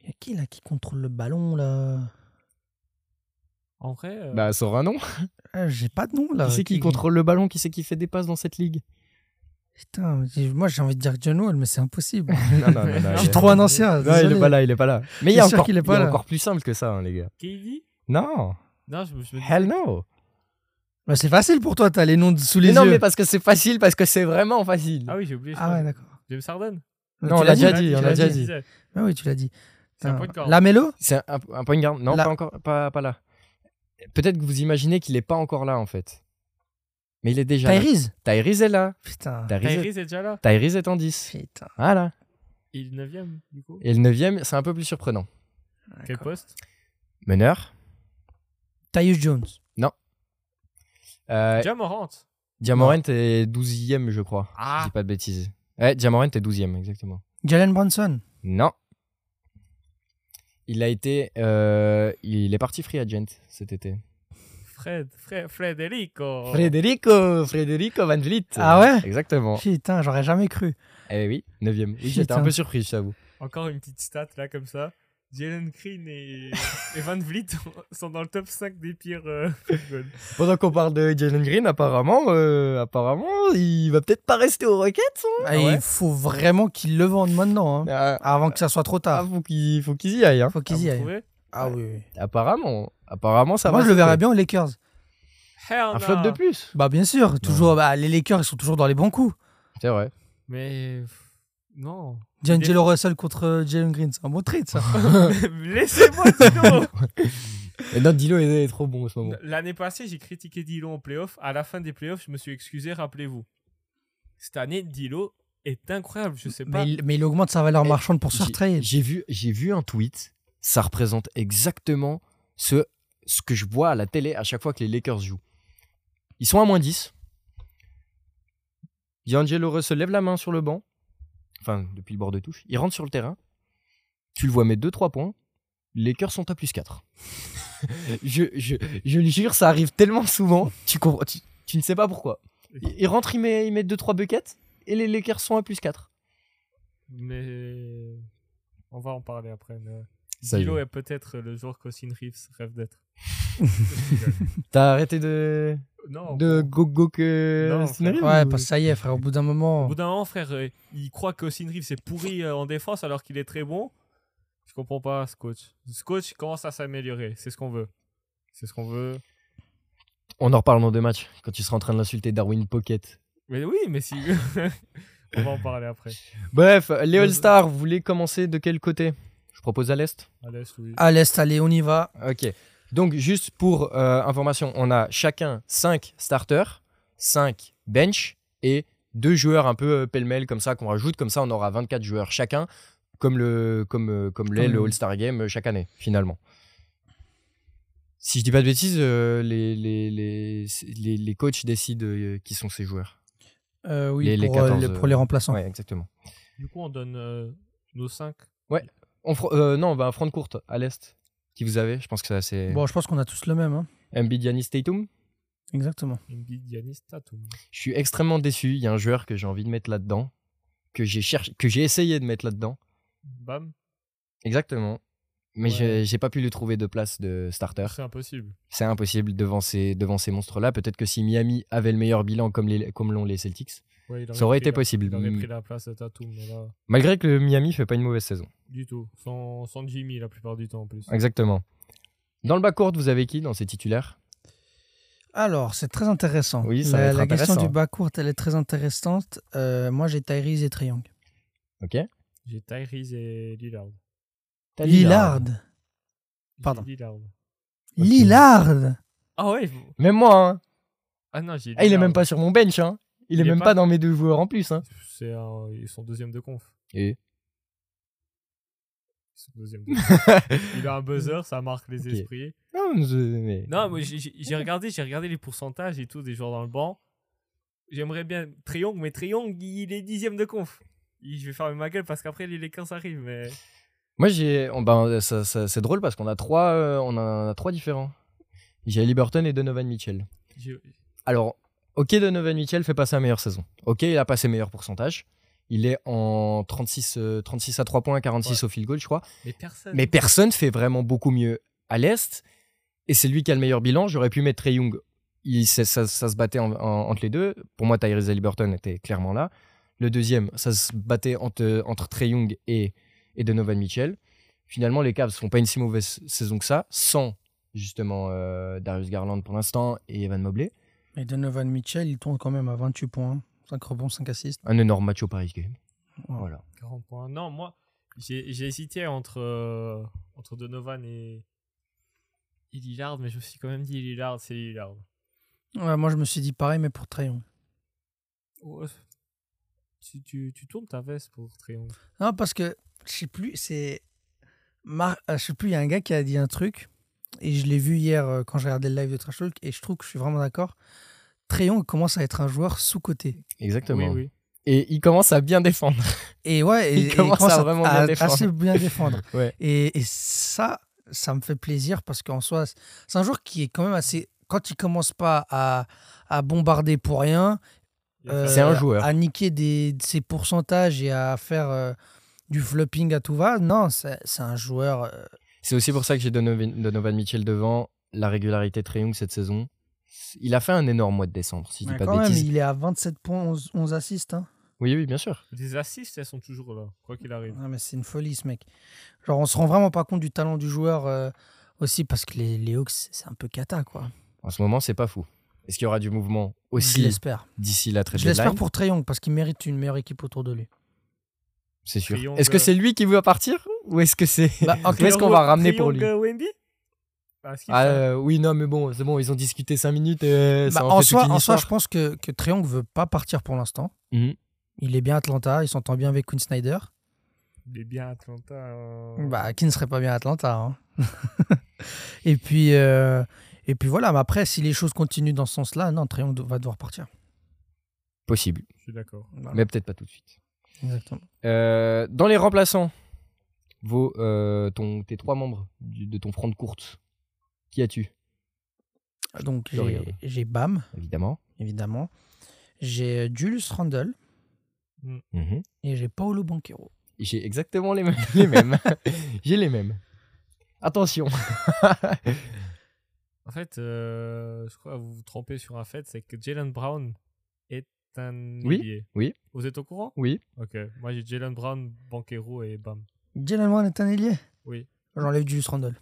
de
y a qui là qui contrôle le ballon là
En vrai, euh,
Bah, sort un nom.
Ah, J'ai pas de nom là.
qui c'est qui contrôle le ballon Qui c'est qui fait des passes dans cette ligue
Putain, j'ai- moi j'ai envie de dire John Wall, mais c'est impossible.
<laughs> <laughs> Non, non,
non,
je
il
suis
est-
trop un ancien.
il
désolé.
est pas là, il est pas là. Mais il y
Bien
a
sûr
encore,
qu'il est pas
il y a
là.
encore plus simple que ça, hein, les gars.
KD
Non,
Non, je me, je me dis-
hell no.
Bah, c'est facile pour toi, t'as les noms de- sous les
Mais non,
yeux.
mais parce que c'est facile, parce que c'est vraiment facile.
Ah oui, j'ai oublié. je
Ah
crois.
ouais, d'accord.
James Harden Ah
Non, on l'a
Tu l'as
déjà
tu
dit, on
l'as
l'a déjà
Je
dit.
disais,
Ah oui, tu l'as dit.
C'est un
Putain.
point de corps.
La mélo
C'est un, un point de garde Non,
Là.
pas encore, pas, pas là. Peut-être que vous imaginez qu'il est pas encore là en fait. Mais il est déjà là.
Tyrese
Tyrese est là.
Putain.
Tyrese,
Tyrese est déjà là.
Tyrese est en 10.
Putain.
Voilà.
Il est 9ème, du coup.
Et le 9 c'est un peu plus surprenant.
Quel
D'accord.
poste
Meneur.
Tyus Jones.
Euh,
Jamorant.
Diamorent est 12ème, je crois. Je
Ah
dis pas de bêtises. Ouais, Diamorent est 12ème, exactement.
Jalen Brunson.
Non. Il a été. euh, il est parti free agent cet été.
Fred, Fred, Frederico.
Frederico Frederico Van Vliet.
Ah ouais
Exactement.
Putain, j'aurais jamais cru.
Eh oui, 9ème. Oui, j'étais
Putain.
un peu surpris, je t'avoue.
Encore une petite stat là, comme ça. Jalen Green et, et Van Vliet <laughs> sont dans le top 5 des pires euh, field goals.
Pendant qu'on parle de Jalen Green, apparemment, euh, apparemment, il va peut-être pas rester aux Rockets. hein.
Et
ouais
Ah, Il faut vraiment qu'il le vende maintenant. hein.
Ah,
Avant que ça soit trop
ah,
tard.
faut qu'il faut qu'ils y aillent. hein.
Faut qu'ils
Ah,
y
vous
aillent.
trouvez
Ah oui. oui.
Apparemment, apparemment, ça
Moi,
va.
je le
sauter.
verrais bien aux Lakers.
Ah
Un flop de plus.
Bah bien sûr, toujours bah, les Lakers ils sont toujours dans les bons coups.
C'est vrai.
Mais pff,
<laughs>
non. <laughs>
D'Angelo Russell contre euh, Jalen Green, c'est un beau trade ça.
Laissez-moi Dilo
Et notre Dilo est, est trop bon en ce moment.
L'année passée, j'ai critiqué Dilo en playoff. À la fin des playoffs, je me suis excusé, rappelez-vous. Cette année, Dilo est incroyable. Je sais pas.
mais, il, mais il augmente sa valeur
Eh,
marchande pour ce
J'ai-
trade.
J'ai vu, j'ai vu un tweet. Ça représente exactement ce, ce que je vois à la télé à chaque fois que les Lakers jouent. Ils sont à moins 10. D'Angelo Russell lève la main sur le banc. Enfin, depuis le bord de touche. Il rentre sur le terrain. Tu le vois mettre 2-3 points. Les Lakers sont à plus 4. <laughs> je, je, je le jure, ça arrive tellement souvent. Tu, comprends, tu, tu ne sais pas pourquoi. Il il rentre, il met, il met 2-3 buckets. Et les Lakers sont à plus 4.
Mais on va en parler après. mais ouais.
Ça y
Dilo
est.
est peut-être le joueur qu'Austin Reeves
<laughs>
rêve d'être.
T'as arrêté de.
non.
de Gogo que
Non,
Scenery,
frère.
Ouais,
ou-
parce que ça y est, frère, au bout d'un moment.
Au bout d'un moment, frère, euh, il croit qu'Austin Reeves est pourri euh, en défense alors qu'il est très bon. Je comprends pas ce coach. Ce coach commence à s'améliorer. C'est ce qu'on veut. C'est ce qu'on veut.
On en reparle dans deux matchs quand tu seras en train de l'insulter Darwin Pocket.
Mais oui, mais si. <laughs> On va en parler après.
Bref, les
Euh,
All-Stars, vous voulez commencer de quel côté Je propose à l'Est.
À l'est, oui.
Ah.
À l'Est, allez, on y va.
Ok. Donc, juste pour euh, information, on a chacun 5 starters, 5 bench et deux joueurs un peu euh, pêle-mêle comme ça qu'on rajoute. Comme ça, on aura 24 joueurs chacun, comme le comme, euh, comme l'est
Comme
le
le-
All-Star Game euh, chaque année, finalement. Si je dis pas de bêtises, euh, les, les, les, les, les coachs décident euh, qui sont ces joueurs.
Euh, oui,
Les- les
pour, euh,
14,
les- pour les
euh,
remplaçants.
Ouais, exactement.
Du coup, on donne euh, nos 5.
On fr- euh, non, bah, front courte à l'est qui vous avez. Je pense que ça c'est
Bon, je pense qu'on a tous le même. hein.
Embiid, Giannis, Tatum.
Exactement.
Embiid, Giannis, Tatum.
Je suis extrêmement déçu. Il y a un joueur que j'ai envie de mettre là-dedans, que j'ai cherché, que j'ai essayé de mettre là-dedans.
Bam.
Exactement. Mais
Ouais.
j'ai- j'ai pas pu lui trouver de place de starter.
C'est impossible.
C'est impossible devant ces, devant ces monstres-là. Peut-être que si Miami avait le meilleur bilan comme les- comme l'ont les Celtics,
Ouais, il
ça aurait
pris
été
la-
possible.
Il aurait
M-
pris la place de Tatum, mais là,
Malgré que le Miami fait pas une mauvaise saison.
du tout. Sans, sans Jimmy la plupart du temps en plus.
Exactement. Dans le bas court, vous avez qui dans ces titulaires
Alors, c'est très intéressant.
Oui, ça
la,
va être
la question
intéressant.
du bas court, elle est très intéressante. Euh, moi, j'ai Tyrese et Triangle.
Ok.
J'ai Tyrese et Lillard.
T'as
Lillard.
J'ai
Pardon.
Lillard.
Ok.
Lillard.
Ah ouais vous-
Même moi. hein.
Ah non, j'ai
Ah, il est
Lillard.
même pas sur mon bench. Hein. Il, est même pas... dans mes deux joueurs en plus. Hein.
C'est un- Ils sont deuxième de conf.
Et
Ils sont
<laughs>
deuxième de conf. il a un buzzer, ça marque les
Ok.
esprits.
non, je- mais-
Non, moi j'ai- j'ai j'ai regardé, j'ai regardé les pourcentages et tout des joueurs dans le banc. J'aimerais bien Triangle, mais Triangle, il est dixième de conf. Il- Je vais fermer ma gueule parce qu'après les Lakers arrivent, mais
Moi, j'ai. on- ben, ça- ça- c'est drôle parce qu'on a trois, euh, on en a trois différents. J'ai Liberton et Donovan Mitchell.
j'ai-
Alors, ok, Donovan Mitchell fait pas sa meilleure saison. Ok, il a pas ses meilleurs pourcentages. Il est en 36, euh, 36 à 3 points, 46 au field goal, je crois.
mais personne.
Mais personne fait vraiment beaucoup mieux à l'Est. Et c'est lui qui a le meilleur bilan. J'aurais pu mettre Trey Young. Il, ça, ça- ça se battait en- en- entre les deux. Pour moi, Tyrese Haliburton était clairement là. Le deuxième, ça se battait entre, entre Trey Young et, et Donovan Mitchell. Finalement, les Cavs font pas une si mauvaise saison que ça, sans justement euh, Darius Garland pour l'instant et Evan Mobley.
Et Donovan Mitchell, il tourne quand même à 28 points. 5 rebonds, 5 assists.
Un énorme match au Paris Game.
Ouais.
Voilà.
40 points. Non, moi, j'ai j'ai hésité entre, euh, entre Donovan et, et Lillard, mais je me suis quand même dit Lillard, c'est Lillard.
Ouais, moi, je me suis dit pareil, mais pour Trayon.
Ouais. Tu, tu, tu tournes ta veste pour Triangle.
Non, parce que, je sais plus, c'est. Mar... euh, Je sais plus, il y a un gars qui a dit un truc, et je l'ai vu hier euh, quand j'ai regardé le live de Trash Talk, et je trouve que je suis vraiment d'accord. Trayon commence à être un joueur sous-côté.
Exactement.
Oui, oui.
Et il commence à bien défendre.
Et ouais, et,
Il
et
commence à vraiment bien défendre.
assez bien défendre.
Ouais.
et, et ça, ça me fait plaisir parce qu'en soi, c'est un joueur qui est quand même assez. Quand il commence pas à, à bombarder pour rien,
Il a fait-
C'est
euh,
un joueur.
À niquer des, ses pourcentages et à faire euh, du flopping à tout va, non, c'est c'est un joueur. euh,
C'est aussi pour ça que j'ai Donovan, Donovan Mitchell devant. La régularité de Trae Young cette saison. Il a fait un énorme mois de décembre, si je dis pas
quand
de
même,
bêtises.
il est à 27 points, 11, 11 assists. hein.
Oui, oui, bien sûr.
Les assists, elles sont toujours là, quoi qu'il arrive.
Non, mais c'est une folie, ce mec. Genre, on se rend vraiment pas compte du talent du joueur euh, aussi parce que les, les Hawks, c'est un peu cata, quoi.
En ce moment, c'est pas fou. Est-ce qu'il y aura du mouvement
Je
aussi
l'espère.
d'ici la trade
Je l'espère
deadline
pour Trae Young parce qu'il mérite une meilleure équipe autour de
<laughs>
lui.
C'est sûr.
Trae Young,
Est-ce que
euh,
c'est lui qui veut partir ou est-ce que
<laughs>
c'est
Bah, en
qu'est-ce qu'on va ramener pour lui
Ah, si,
Ah,
ça-
euh, Oui, non, mais bon, c'est bon, ils ont discuté 5 minutes. euh, ça
Bah,
en
en,
fait
soi,
toute une
en soi,
histoire.
je pense que, que Trae Young veut pas partir pour l'instant.
Mhm.
Il est bien à Atlanta, il s'entend bien avec Quinn Snyder.
Il est bien à Atlanta. euh,
Bah, qui ne serait pas bien à Atlanta. hein. <laughs> et, puis, euh, et puis voilà, mais après, si les choses continuent dans ce sens-là, non, Trae Young do- va devoir partir.
Possible,
Je suis d'accord.
Voilà,
mais peut-être pas tout de suite.
Exactement.
Euh, dans les remplaçants, vos, euh, ton, tes trois membres du- de ton front de courte, qui as-tu
Ah, Donc
Je
j'ai-
regarde.
j'ai Bam,
Évidemment.
évidemment. J'ai euh, Julius Randle
Mhm.
et j'ai Paolo Banquero.
J'ai exactement les mêmes. les mêmes. <laughs> J'ai les mêmes. Attention.
En fait, euh, je crois que vous vous trompez sur un fait, c'est que Jalen Brown est un
Oui,
NBA.
oui.
Vous êtes au courant
Oui.
Ok. Moi, j'ai Jalen Brown, Banquero et Bam.
Jalen Brown est un ailier
Oui.
J'enlève Julius Randle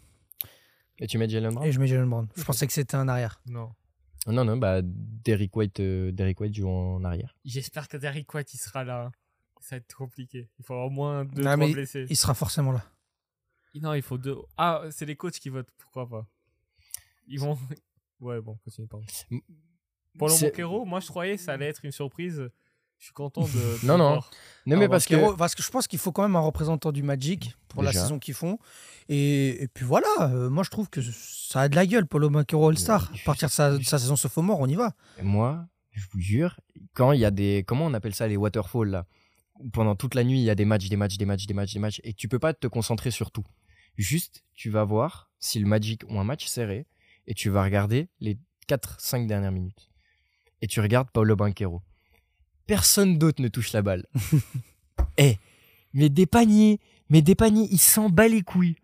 Et tu mets Jalen Brown
et je mets Jalen Brown. Je pensais que c'était un arrière.
Non.
Non, non, bah Derrick White, euh, Derrick White joue en arrière.
J'espère que Derrick White, il sera là. hein. Ça va être compliqué. Il faut au moins deux,
Non,
trois
mais
blessés.
Il sera forcément là.
Non, il faut deux. Ah, c'est les coachs qui votent, pourquoi pas Ils vont. Ouais, bon, continue, pardon.
M-
Paulo
c'est-
Banquero, moi, je croyais que ça allait être une surprise. Je suis content de.
<laughs>
de
Non,
le
non.
voir.
Non, mais
Alors,
parce que.
Banquero, parce que je pense qu'il faut quand même un représentant du Magic pour la
Déjà.
saison qu'ils font. Et, et puis voilà, euh, moi je trouve que ça a de la gueule, Paulo Banquero All-Star.
Il-
À partir de sa, de sa saison sophomore, on y va.
Moi, je vous jure, quand il y a des. Comment on appelle ça les waterfalls là Où Pendant toute la nuit, il y a des matchs, des matchs, des matchs, des matchs, des matchs. Et tu peux pas te concentrer sur tout. Juste, tu vas voir si le Magic ont un match serré. Et tu vas regarder les 4-5 dernières minutes. Et tu regardes Paolo Banquero. Personne d'autre ne touche la balle. Eh, mais des paniers, mais des paniers, il s'en bat les couilles.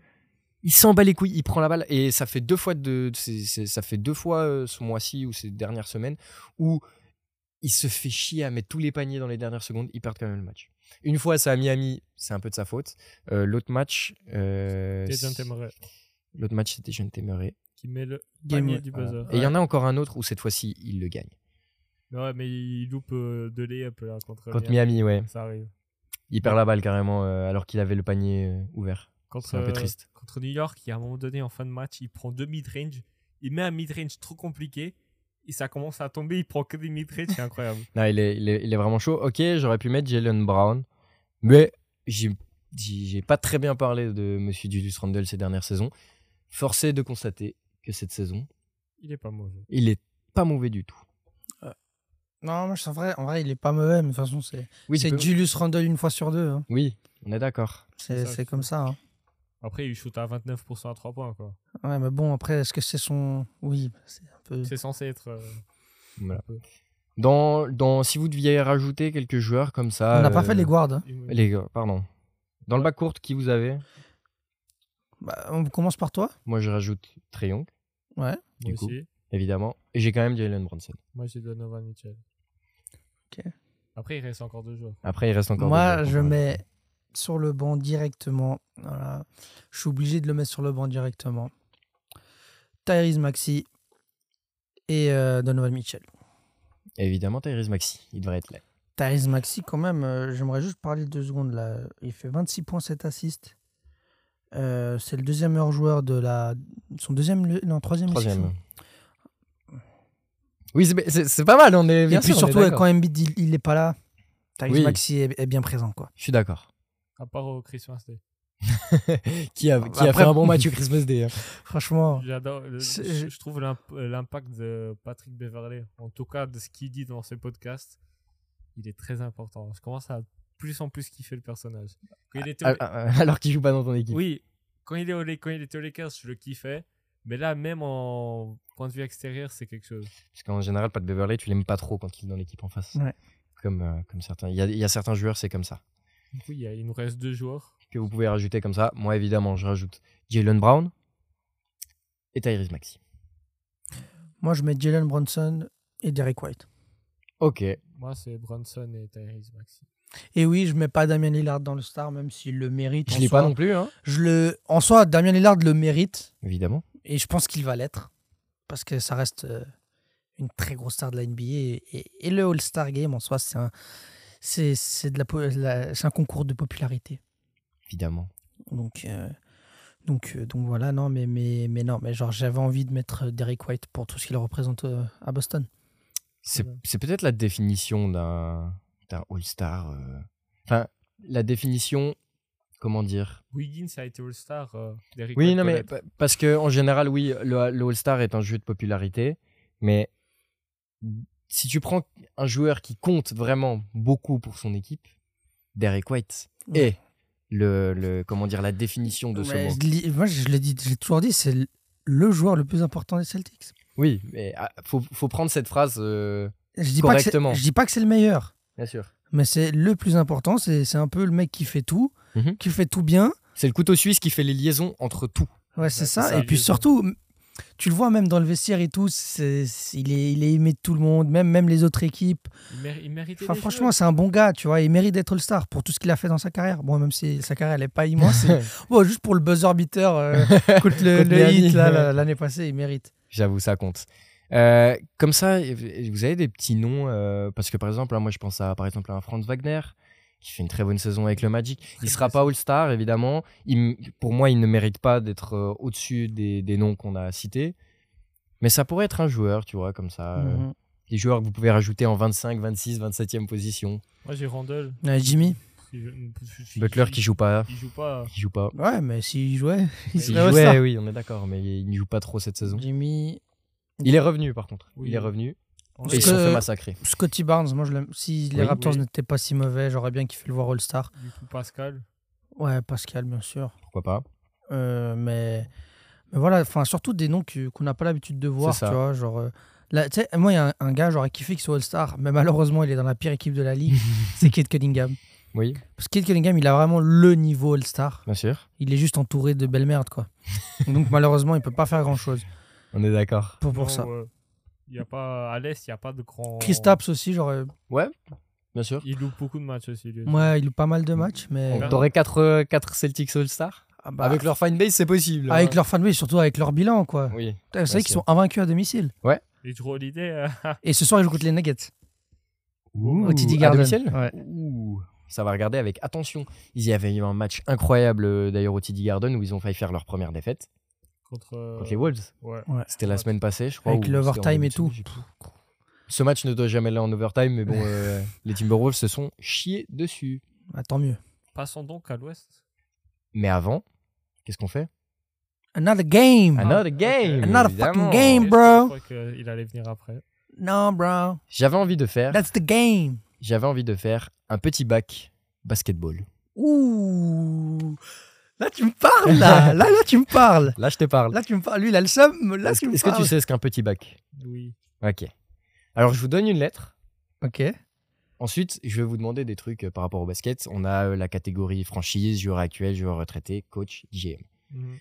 Il s'en bat les couilles, il prend la balle et ça fait deux fois de, c'est- c'est- ça fait deux fois euh, ce mois-ci ou ces dernières semaines où il se fait chier à mettre tous les paniers dans les dernières secondes, ils perdent quand même le match. Une fois, c'est à Miami, c'est un peu de sa faute. Euh, L'autre match, euh,
Et John
c'est-
Temeray,
l'autre match, c'était John Temeray.
qui met le
Game-
panier du buzzer.
Et il y en a encore un autre où cette fois-ci, il le gagne.
Mais ouais, mais il loupe euh, de l'EP là contre,
Contre
Miami.
Miami, ouais.
Ça arrive.
Il perd la balle carrément euh, alors qu'il avait le panier euh, ouvert.
Contre,
C'est un peu
euh,
triste.
Contre New York, il y a un moment donné en fin de match, il prend deux mid-range, il met un mid-range trop compliqué, et ça commence à tomber, il prend que des mid-range, c'est incroyable.
Non, il est, il est- il est vraiment chaud. Ok, j'aurais pu mettre Jalen Brown, mais j'ai j'ai j'ai pas très bien parlé de Monsieur Julius Randle ces dernières saisons. Forcé de constater que cette saison,
Il est pas mauvais.
<laughs> il est pas mauvais du tout.
Non, moi, c'est vrai, en vrai, il est pas mauvais, mais de toute façon, c'est
Oui,
c'est
tu peux-
Julius Randle une fois sur deux. hein.
oui on est d'accord.
C'est
ça,
c'est
c'est
comme ça. hein.
Après, il shoot à 29% à 3 points, quoi.
Ouais, mais bon, après, est-ce que c'est son. Oui, c'est un peu.
C'est censé être. euh,
Voilà. Dans, dans, si vous deviez rajouter quelques joueurs comme ça.
On n'a pas
euh,
fait les guards. hein.
une-
les gars, pardon. Dans le bas court, qui vous avez
Bah, on commence par toi.
Moi, je rajoute Trayon,
Ouais.
du
Moi
coup.
aussi.
évidemment. Et j'ai quand même Jalen Brunson.
Moi, j'ai Donovan Mitchell.
Ok.
Après, il reste encore deux joueurs.
Après, il reste encore.
Moi,
deux joueurs
je
qu'on peut
mets sur le banc directement. Voilà. Je suis obligé de le mettre sur le banc directement. Tyrese Maxi et euh, Donovan Mitchell.
Évidemment, Tyrese Maxi, il devrait être là.
Tyrese Maxi, quand même, euh, j'aimerais juste parler deux secondes. Là. Il fait 26 points, 7 assists. Euh, c'est le deuxième meilleur joueur de la. Son deuxième. lieu- Non, troisième.
Troisième.
excuse-moi.
Oui, c'est- c'est c'est pas mal, on est bien
Et puis
sûr, on est
surtout,
d'accord.
quand Embiid il- il n'est pas là, Tyrese
Oui.
Maxi est, est bien présent. quoi.
Je suis d'accord.
À part euh, Christian Astley.
Qui a, qui a
Après-
fait un bon <laughs> match au Christmas Day. hein.
Franchement,
J'adore. le-
C'est-
Je je trouve l'imp- euh, l'impact de Patrick Beverley, en tout cas de ce qu'il dit dans ses podcasts, il est très important. Je commence à plus en plus kiffer le personnage. Quand il était au-
Ah, ah, ah, Alors qu'il joue pas dans ton équipe.
Oui, quand il, est au, quand il était au Lakers, je le kiffais. Mais là, même en point de vue extérieur, c'est quelque chose.
Parce qu'en général, Pat Beverley, tu l'aimes pas trop quand il est dans l'équipe en face.
Ouais.
Comme, euh, comme certains. Il y a, il y a certains joueurs, c'est comme ça.
Du coup, il, y a- il nous reste deux joueurs.
Que vous pouvez rajouter comme ça. Moi, évidemment, je rajoute Jalen Brown et Tyrese Maxi.
moi, je mets Jalen Bronson et Derek White.
Ok.
Moi, c'est Bronson et Tyrese Maxi.
Et oui, je mets pas Damien Lillard dans le star, même s'il le mérite.
Je
en
l'ai
soi.
pas non plus, hein.
Je le... En soi, Damien Lillard le mérite,
Évidemment.
et je pense qu'il va l'être, parce que ça reste euh, une très grosse star de la NBA. Et, et- et le All-Star Game en soi, c'est un, c'est, c'est de la, po- la- c'est un concours de popularité.
évidemment.
Donc, euh, donc, euh, donc voilà, non, mais, mais, mais non, mais genre j'avais envie de mettre Derek White pour tout ce qu'il représente euh, à Boston.
C'est
Ouais.
c'est peut-être la définition d'un d'un All-Star. euh. Enfin, la définition, comment dire
Wiggins a été All-Star. euh, d'Eric
Oui,
Red
non, mais
Collette.
pa- parce que en général, oui, le, le All-Star est un jeu de popularité, mais si tu prends un joueur qui compte vraiment beaucoup pour son équipe, Derek White
Ouais.
est le, le- comment dire la définition de ce
Ouais,
mot.
je l'ai- moi, je l'ai dit, j'ai toujours dit, c'est le joueur le plus important des Celtics.
Oui, mais ah, faut, faut prendre cette phrase euh,
Je dis pas que c'est-
Correctement.
je dis pas que c'est le meilleur,
bien sûr.
mais c'est le plus important. C'est c'est un peu le mec qui fait tout,
Mhm.
qui fait tout bien.
C'est le couteau suisse qui fait les liaisons entre tout.
Ouais, c'est
c'est
ça.
ça,
Et
lui,
puis
ouais.
surtout, m- tu le vois même dans le vestiaire et tout, c'est- c'est- il, est, il est aimé de tout le monde, même, même les autres équipes.
Il, méri- il méritait.
Enfin,
des
franchement,
jeux.
c'est un bon gars, tu vois. Il mérite d'être All-Star pour tout ce qu'il a fait dans sa carrière. Bon, même si sa carrière, elle est pas immense. c'est- bon, juste pour le buzzer beater euh, contre le,
Contre
le
Miami,
hit là,
ouais.
la- l'année passée, il mérite.
J'avoue, ça compte. Euh, comme ça, vous avez des petits noms euh, parce que par exemple, hein, moi je pense à par exemple à un Franz Wagner qui fait une très bonne saison avec le Magic. Il
bonne
sera pas All-Star évidemment. Il m- pour moi, il ne mérite pas d'être euh, au-dessus des, des noms qu'on a cités. Mais ça pourrait être un joueur, tu vois, comme ça. euh,
Mhm.
Les joueurs que vous pouvez rajouter en 25, 26, 27e position.
Moi, j'ai Randall.
Ouais, Jimmy.
Butler qui joue pas,
Il joue pas.
qui joue pas.
Ouais, mais s'il jouait,
Il
il
Il
serait
jouait,
All-Star.
jouait, oui, on est d'accord, mais il ne joue pas trop cette saison.
Jimmy.
Il est revenu par contre.
Oui.
Il est revenu.
En
Et ils
que-
se sont
fait,
fait massacrer.
Scotty Barnes, moi, je l'aime. si les
Oui.
Raptors
Oui.
n'étaient pas si mauvais, j'aurais bien kiffé le voir All-Star.
Du coup, Pascal.
Ouais, Pascal, bien sûr.
Pourquoi pas
Euh, mais, mais voilà, enfin, surtout des noms que- qu'on n'a pas l'habitude de voir,
C'est
tu
ça.
vois. Genre, euh, là, tu sais, moi, il y a un, un gars, j'aurais kiffé qu'il soit All-Star, mais malheureusement, il est dans la pire équipe de
<laughs>
la ligue, c'est Kate Cunningham.
Oui,
Parce que Kate Cunningham, il a vraiment le niveau All-Star.
bien sûr.
Il est juste entouré de belles merdes, quoi. Donc, malheureusement, il peut pas faire grand-chose
On est d'accord.
pour, pour
non,
ça.
ouais. euh, Il y a pas, à l'Est, il n'y a pas de grand.
Kristaps aussi, genre, euh,
Bien sûr.
Il loupe beaucoup de matchs aussi. lui.
ouais, il a pas mal de matchs, mais
On aurait 4, Celtics Ah, All-Star
Ah bah,
Avec leur fanbase, c'est possible.
avec leur fanbase, surtout avec leur bilan, quoi.
Oui.
Vous savez
Ouais,
qu'ils
c'est-
sont invaincus à domicile.
Et Drew Holiday, euh,
Et ce soir, ils jouent contre les Nuggets au TD
à
Garden.
domicile
Ouais.
Ouh, Ça va regarder avec attention. Il y avait eu un match incroyable euh, d'ailleurs au TD Garden où ils ont failli faire leur première défaite
contre, euh,
contre les Wolves.
ouais.
C'était la
Ouais.
semaine passée, je crois.
Avec
ou
l'overtime
c'était en
et tout.
demi-finale, je sais plus. Ce match ne doit jamais aller en overtime, mais bon, euh, les Timberwolves se sont chiés dessus.
Ah, tant mieux.
Passons donc à l'Ouest.
Mais avant, qu'est-ce qu'on fait
Another game.
Another
ok.
game
Another
évidemment.
fucking game.
Et
bro.
Oh, Je crois qu'il allait venir après.
Non, bro.
J'avais envie de faire,
That's the game.
j'avais envie de faire un petit bac basketball.
Ouh. Là, tu me
<laughs>
parles, là. Là, là, tu me parles.
Là, je te parle.
Là, tu me parles. Lui, il a le seum. Là,
Est-ce
tu me
est-ce que
parles.
tu sais ce qu'un petit bac
Oui.
Ok. Alors, je vous donne une lettre.
Ok.
Ensuite, je vais vous demander des trucs euh, par rapport au basket. On a euh, la catégorie franchise, joueur actuel, joueur retraité, coach, GM.
Mhm.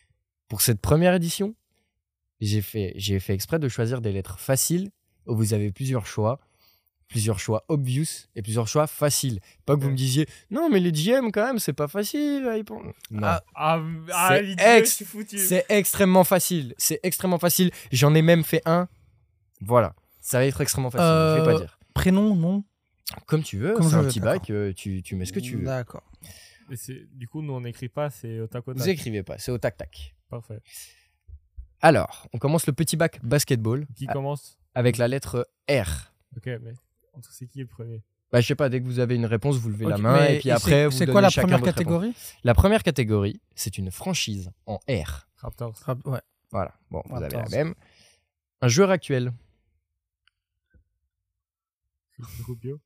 Pour cette première édition, j'ai fait, j'ai fait exprès de choisir des lettres faciles où vous avez plusieurs choix, plusieurs choix obvious et plusieurs choix faciles. Pas que vous
Ouais.
me disiez non, mais les GM quand même, c'est pas facile. à y pen- Non.
Ah,
Ah, ah,
C'est
il dit, je
ex-
suis foutu.
C'est extrêmement facile. C'est extrêmement facile. J'en ai même fait un. Voilà. Ça va être extrêmement facile. Je vais
Euh,
pas dire.
Prénom, nom.
Comme tu veux.
comme
C'est
je
un
veux,
petit
d'accord. Bah,
bac. euh, tu, tu mets ce que tu veux.
D'accord.
Et c'est- Du coup, nous, on n'écrit pas, c'est au tac au
bah.
Vous
tac.
écrivez pas. C'est au tac tac.
Parfait.
Alors, on commence le petit bac basketball
Qui commence
avec la lettre R.
Ok, mais entre c'est qui le premier
Bah, je sais pas. Dès que vous avez une réponse, vous levez la
Ok,
main
mais-
et puis
et
après,
c'est-
vous
C'est
donnez
quoi la
chacun
première
votre réponse.
catégorie
La première catégorie, c'est une franchise en R.
Raptors.
Ah, Ouais.
Voilà. Bon, vous avez la
Raptors.
même. Un joueur actuel.
Rubio.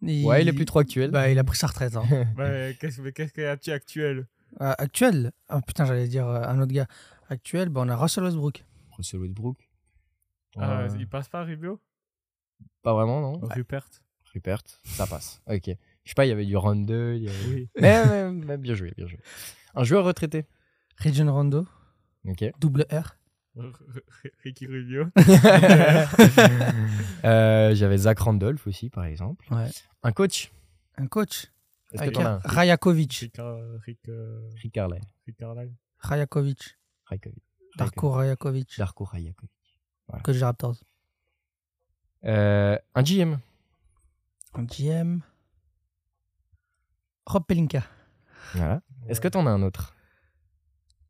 Ouais, il est plus trop actuel.
Bah, il a pris sa
<laughs>
retraite. hein.
bah, qu'est-ce mais qu'est-ce qu'il y a de actuel
Euh, actuel. Ah, putain, j'allais dire euh, un autre gars. Actuel, bah, on a Russell Westbrook.
Russell Westbrook.
Ah,
Euh,
Il passe pas, Rubio
Pas vraiment, non
Rupert.
Rupert, ça passe. <laughs> Ok. Je sais pas, il y avait du round 2. il y avait-
Oui.
Mais, mais- mais bien joué, bien joué. Un joueur retraité.
Region Rondo.
Ok.
Double R.
Ricky <laughs> Rubio.
<laughs> Euh, J'avais Zach Randolph aussi, par exemple.
Ouais. Ah,
Un coach.
Un coach.
Est-ce que
Avec
t'en as
un
un
Rajakovic.
Rick, euh, Rick, euh,
Rick Carlyle.
Rick Carlisle.
Rajakovic.
Raikovic.
Darko Rajakovic.
Darko Rajakovic.
Coach des Raptors.
Euh, un GM.
Un GM. Rob Pelinka.
Voilà. Est-ce que
Ouais.
t'en as un autre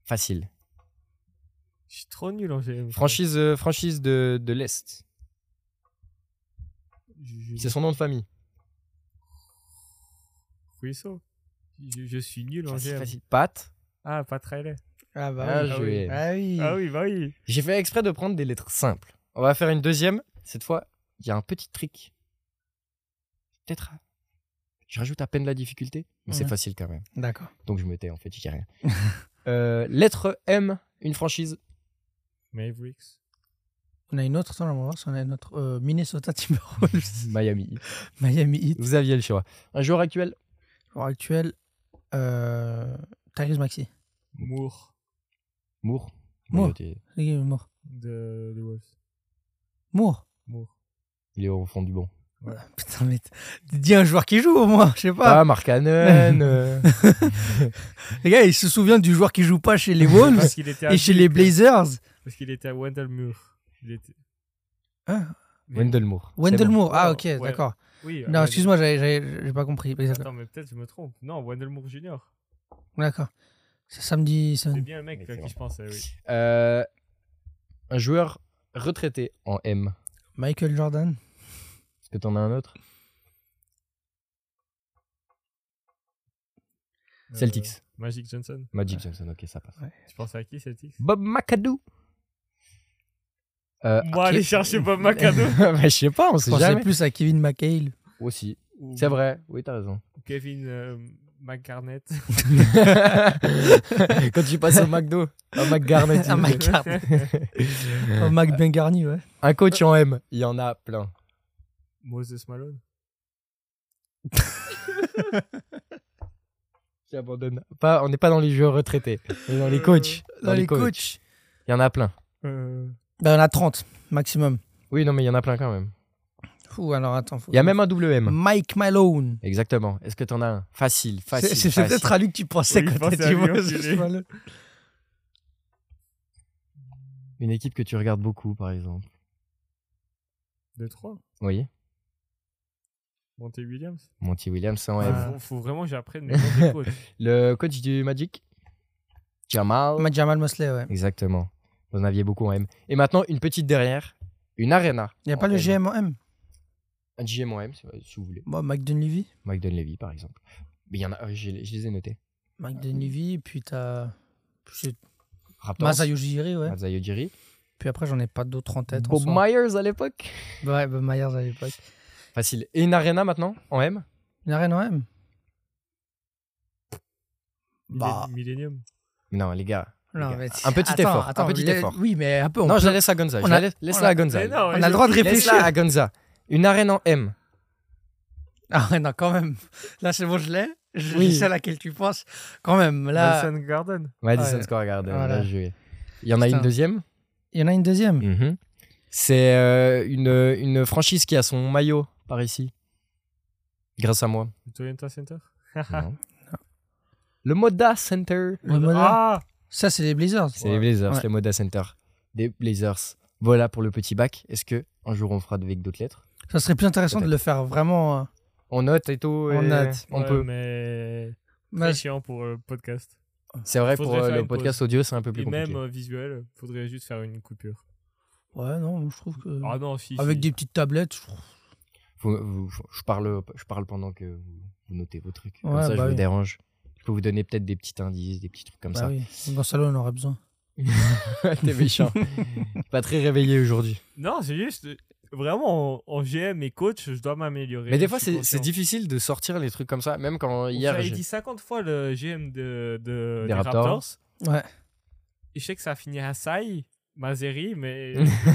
Facile.
Je suis trop nul en GM.
Franchise, euh, franchise de, de l'Est.
Je- je-
C'est son nom de famille.
Russo. Je, je suis nul en
Facile,
GM.
facile. Pat.
Ah, pas très
Ah
Ah,
oui.
je-
joué.
Ah oui.
Ah oui, bah oui.
J'ai fait exprès de prendre des lettres simples. On va faire une deuxième. Cette fois, il y a un petit trick. Peut-être. euh, Je rajoute à peine la difficulté, mais c'est
Ouais.
facile quand même.
D'accord.
Donc je me tais en fait, j'y dis <laughs> rien. Euh, lettre M, une franchise.
Mavericks.
On a une autre, attends, on va voir si on a une autre. Euh,
<laughs>
Minnesota Timberwolves,
Miami.
Miami Heat.
Vous aviez le choix. Un joueur actuel
Joueur actuel, euh, Tyrese Maxi.
Moore
Moore.
Moore.
Il était-
Moore.
de, des Wolves.
Moore.
Moore.
il est au fond du banc.
<laughs> Putain, mais t- dis un joueur qui joue au moins, je sais pas.
Ah, Mark Cannon. <laughs> euh.
Les gars, ils se souviennent du joueur qui joue pas chez les
Parce
<laughs> Wolves
qu'il était à
et chez les Blazers.
Parce qu'il était à Wendell Moore. Il était...
Ah,
Mais-
Wendell Moore.
Wendell
C'est bon.
Moore. Ah,
Oh,
ok,
ouais.
d'accord.
Oui, à
Non,
Wendell-
excuse-moi, j'avais- j'avais- j'ai pas compris. D'accord.
Attends, mais peut-être je me trompe. Non, Wendell Moore Junior.
D'accord. C'est samedi. ça-
C'est bien le mec à
Excellent.
qui je pensais, oui.
Euh, un joueur retraité en M.
Michael Jordan.
Est-ce que t'en as un autre
Euh,
Celtics.
Magic Johnson.
Magic Johnson, ok, ça passe.
Tu pensais à qui, Celtics
Bob McAdoo. Euh,
Moi, aller chercher Bob McAdoo.
<laughs> bah, je sais pas, on
Je
sait
pensais
jamais.
plus à Kevin
<laughs>
McHale.
Aussi,
Ou
c'est vrai, oui, t'as raison.
Kevin euh,
<laughs>
McCarnett.
<laughs> Quand tu passes au McDo, à McGarnett.
À McGarnett. Oh, Mac bien garni, ouais.
un coach en M, il y en a plein.
<laughs> Moses Malone.
J'abandonne. Pas, on n'est pas dans les joueurs retraités, mais dans les coachs.
Dans, les coachs.
Il y en a plein.
Euh,
Ben, on a 30 maximum.
Oui, non, mais il y en a plein quand même.
Fou, alors attends. faut-
Il y a même un double M.
Mike Malone.
Exactement. Est-ce que t'en as un Facile, facile.
C'est- C'est c'est
facile.
peut-être à lui que tu pensais
Oui, je
quand
pensais
t'as
à
dit
lui, on
Moses
dirait.
Malone.
Une équipe que tu regardes beaucoup, par exemple.
de 3.
Oui.
Monte Williams.
Monty Williams en M.
Ah.
Faut, faut vraiment que j'apprenne
<laughs>
les noms des coachs.
Le coach du Magic Jamal.
Ma- Jamal Mosley, ouais.
Exactement. Vous en aviez beaucoup en M. Et maintenant, une petite derrière. Une arena.
Il n'y a
en
pas le
M.
GM en M.
Un GM en M, si si vous voulez.
Bon, Mike Dunleavy.
Mike Dunleavy, par exemple. Mais il y en a, euh, je, les- je les ai notés. Ah,
Mike Dunleavy, puis t'as. c'est
Raptors.
Masayoshi Ujiri, ouais.
Masai Ujiri.
Puis après, j'en ai pas d'autres en tête. en
Bob
soi.
Myers à l'époque.
Ouais, Bob Myers à l'époque.
Facile. Et une arena maintenant, en M
Une arène en M.
Millé-
Bah.
Millennium.
Non, les gars. les
Non,
gars.
mais
un petit
attends,
effort.
attends,
un petit
il y a-
effort.
Oui, mais un peu. On,
Non,
peut-
je la laisse à Gonza.
on
je la
a-
laisse, laisse
on
la
a-
à Gonza.
Mais non,
on a le droit de réfléchir.
Laisse-la à Gonza. Une arène en M.
<laughs> Ah ouais, non, quand même. Là, c'est bon, je l'ai. Je
Oui.
je sais à laquelle tu penses. Quand même, là.
Madison Garden.
Madison
Ouais.
Square Garden.
Voilà.
Bien joué. Il y en a
Putain.
une deuxième
Il y en a une deuxième.
Mhm. C'est euh, une, une franchise qui a son maillot par ici. Grâce à moi.
Le Toyota Center.
<laughs>
Non. Le Moda Center.
Le Moda.
ah
Ça, c'est les Blizzards.
C'est les Blazers,
Ouais.
le Moda Center. Des Blazers. Voilà pour le petit bac. Est-ce que un jour on fera avec d'autres lettres
Ça serait plus intéressant de le faire vraiment. euh,
On note et tout.
On
et
note.
On
Ouais,
peut.
Mais.
mais-
Très chiant pour euh, le podcast.
C'est vrai
Faudrait
pour euh,
faire
le
une
podcast audio, c'est un peu plus
Et
compliqué.
même euh, visuel, faudrait juste faire une coupure.
Ouais, non, je trouve que.
Ah non, si.
Mm. Avec
si.
des petites tablettes, je trouve.
Faut- vous- faut- je, parle, je parle pendant que vous, vous notez vos trucs. Comme
Ouais,
ça, je
bah
vous
oui.
dérange. Je peux vous donner peut-être des petits indices, des petits trucs comme
Bah
ça.
oui. Gonzalo, on en aurait besoin.
<laughs> T'es méchant.
<laughs>
Pas très réveillé aujourd'hui.
Non, c'est juste. euh, Vraiment, en, en GM et coach, je dois m'améliorer.
Mais des
je
fois,
suis
c'est
conscient.
c'est difficile de sortir les trucs comme ça, même quand hier.
J'avais
j'ai-
dit 50 fois le GM de, de-
Des
des Raptors.
Raptors.
Ouais.
Et je sais que ça a fini à Sai, Mazeri,
<laughs>
mais. <laughs>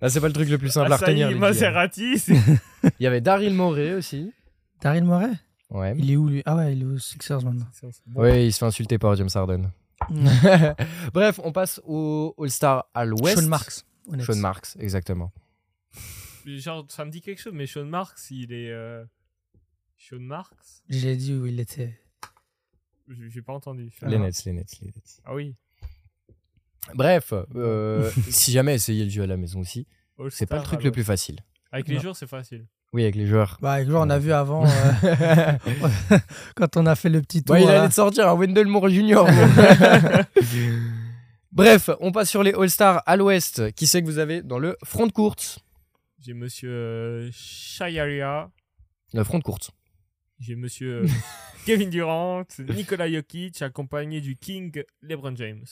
Ah, c'est pas le truc le plus simple à retenir.
Asai,
les <laughs>
Maserati, c'est.
gars. Il y avait Daryl Morey aussi.
Daryl Moret
Ouais.
Il est où lui Ah ouais, il est aux Sixers maintenant.
Bon,
Ouais, il se fait insulter par James Harden. Mm. <laughs> Bref, on passe au All-Star à l'Ouest.
Sean Marks. honnête.
Sean Marks, exactement.
Genre, ça me dit quelque chose, mais Sean Marks, il est. euh, Sean Marks
J'ai dit où il était.
J'ai j'ai pas entendu. Sean
Les Nets,
Marks.
les Nets, les Nets.
Ah oui.
<laughs> Bref, euh, si jamais essayez le jeu à la maison aussi. C'est pas le
All-Star
truc
à
le
l'ouest.
plus facile.
Avec les
Non.
jours,
<laughs>
c'est facile.
Oui, avec les joueurs.
Bah, avec Jean, on a vu avant, euh,
<laughs>
<laughs> quand on a fait le petit tour.
Ouais, il
là.
allait te sortir un Wendell Moore <laughs> Junior. Bref, on passe sur les All-Stars à l'ouest. Qui c'est que vous avez dans le front court
J'ai monsieur euh, Shayaria,
Le front court.
<laughs>
j'ai monsieur euh, Kevin Durant, Nikola Jokic, accompagné du King LeBron James.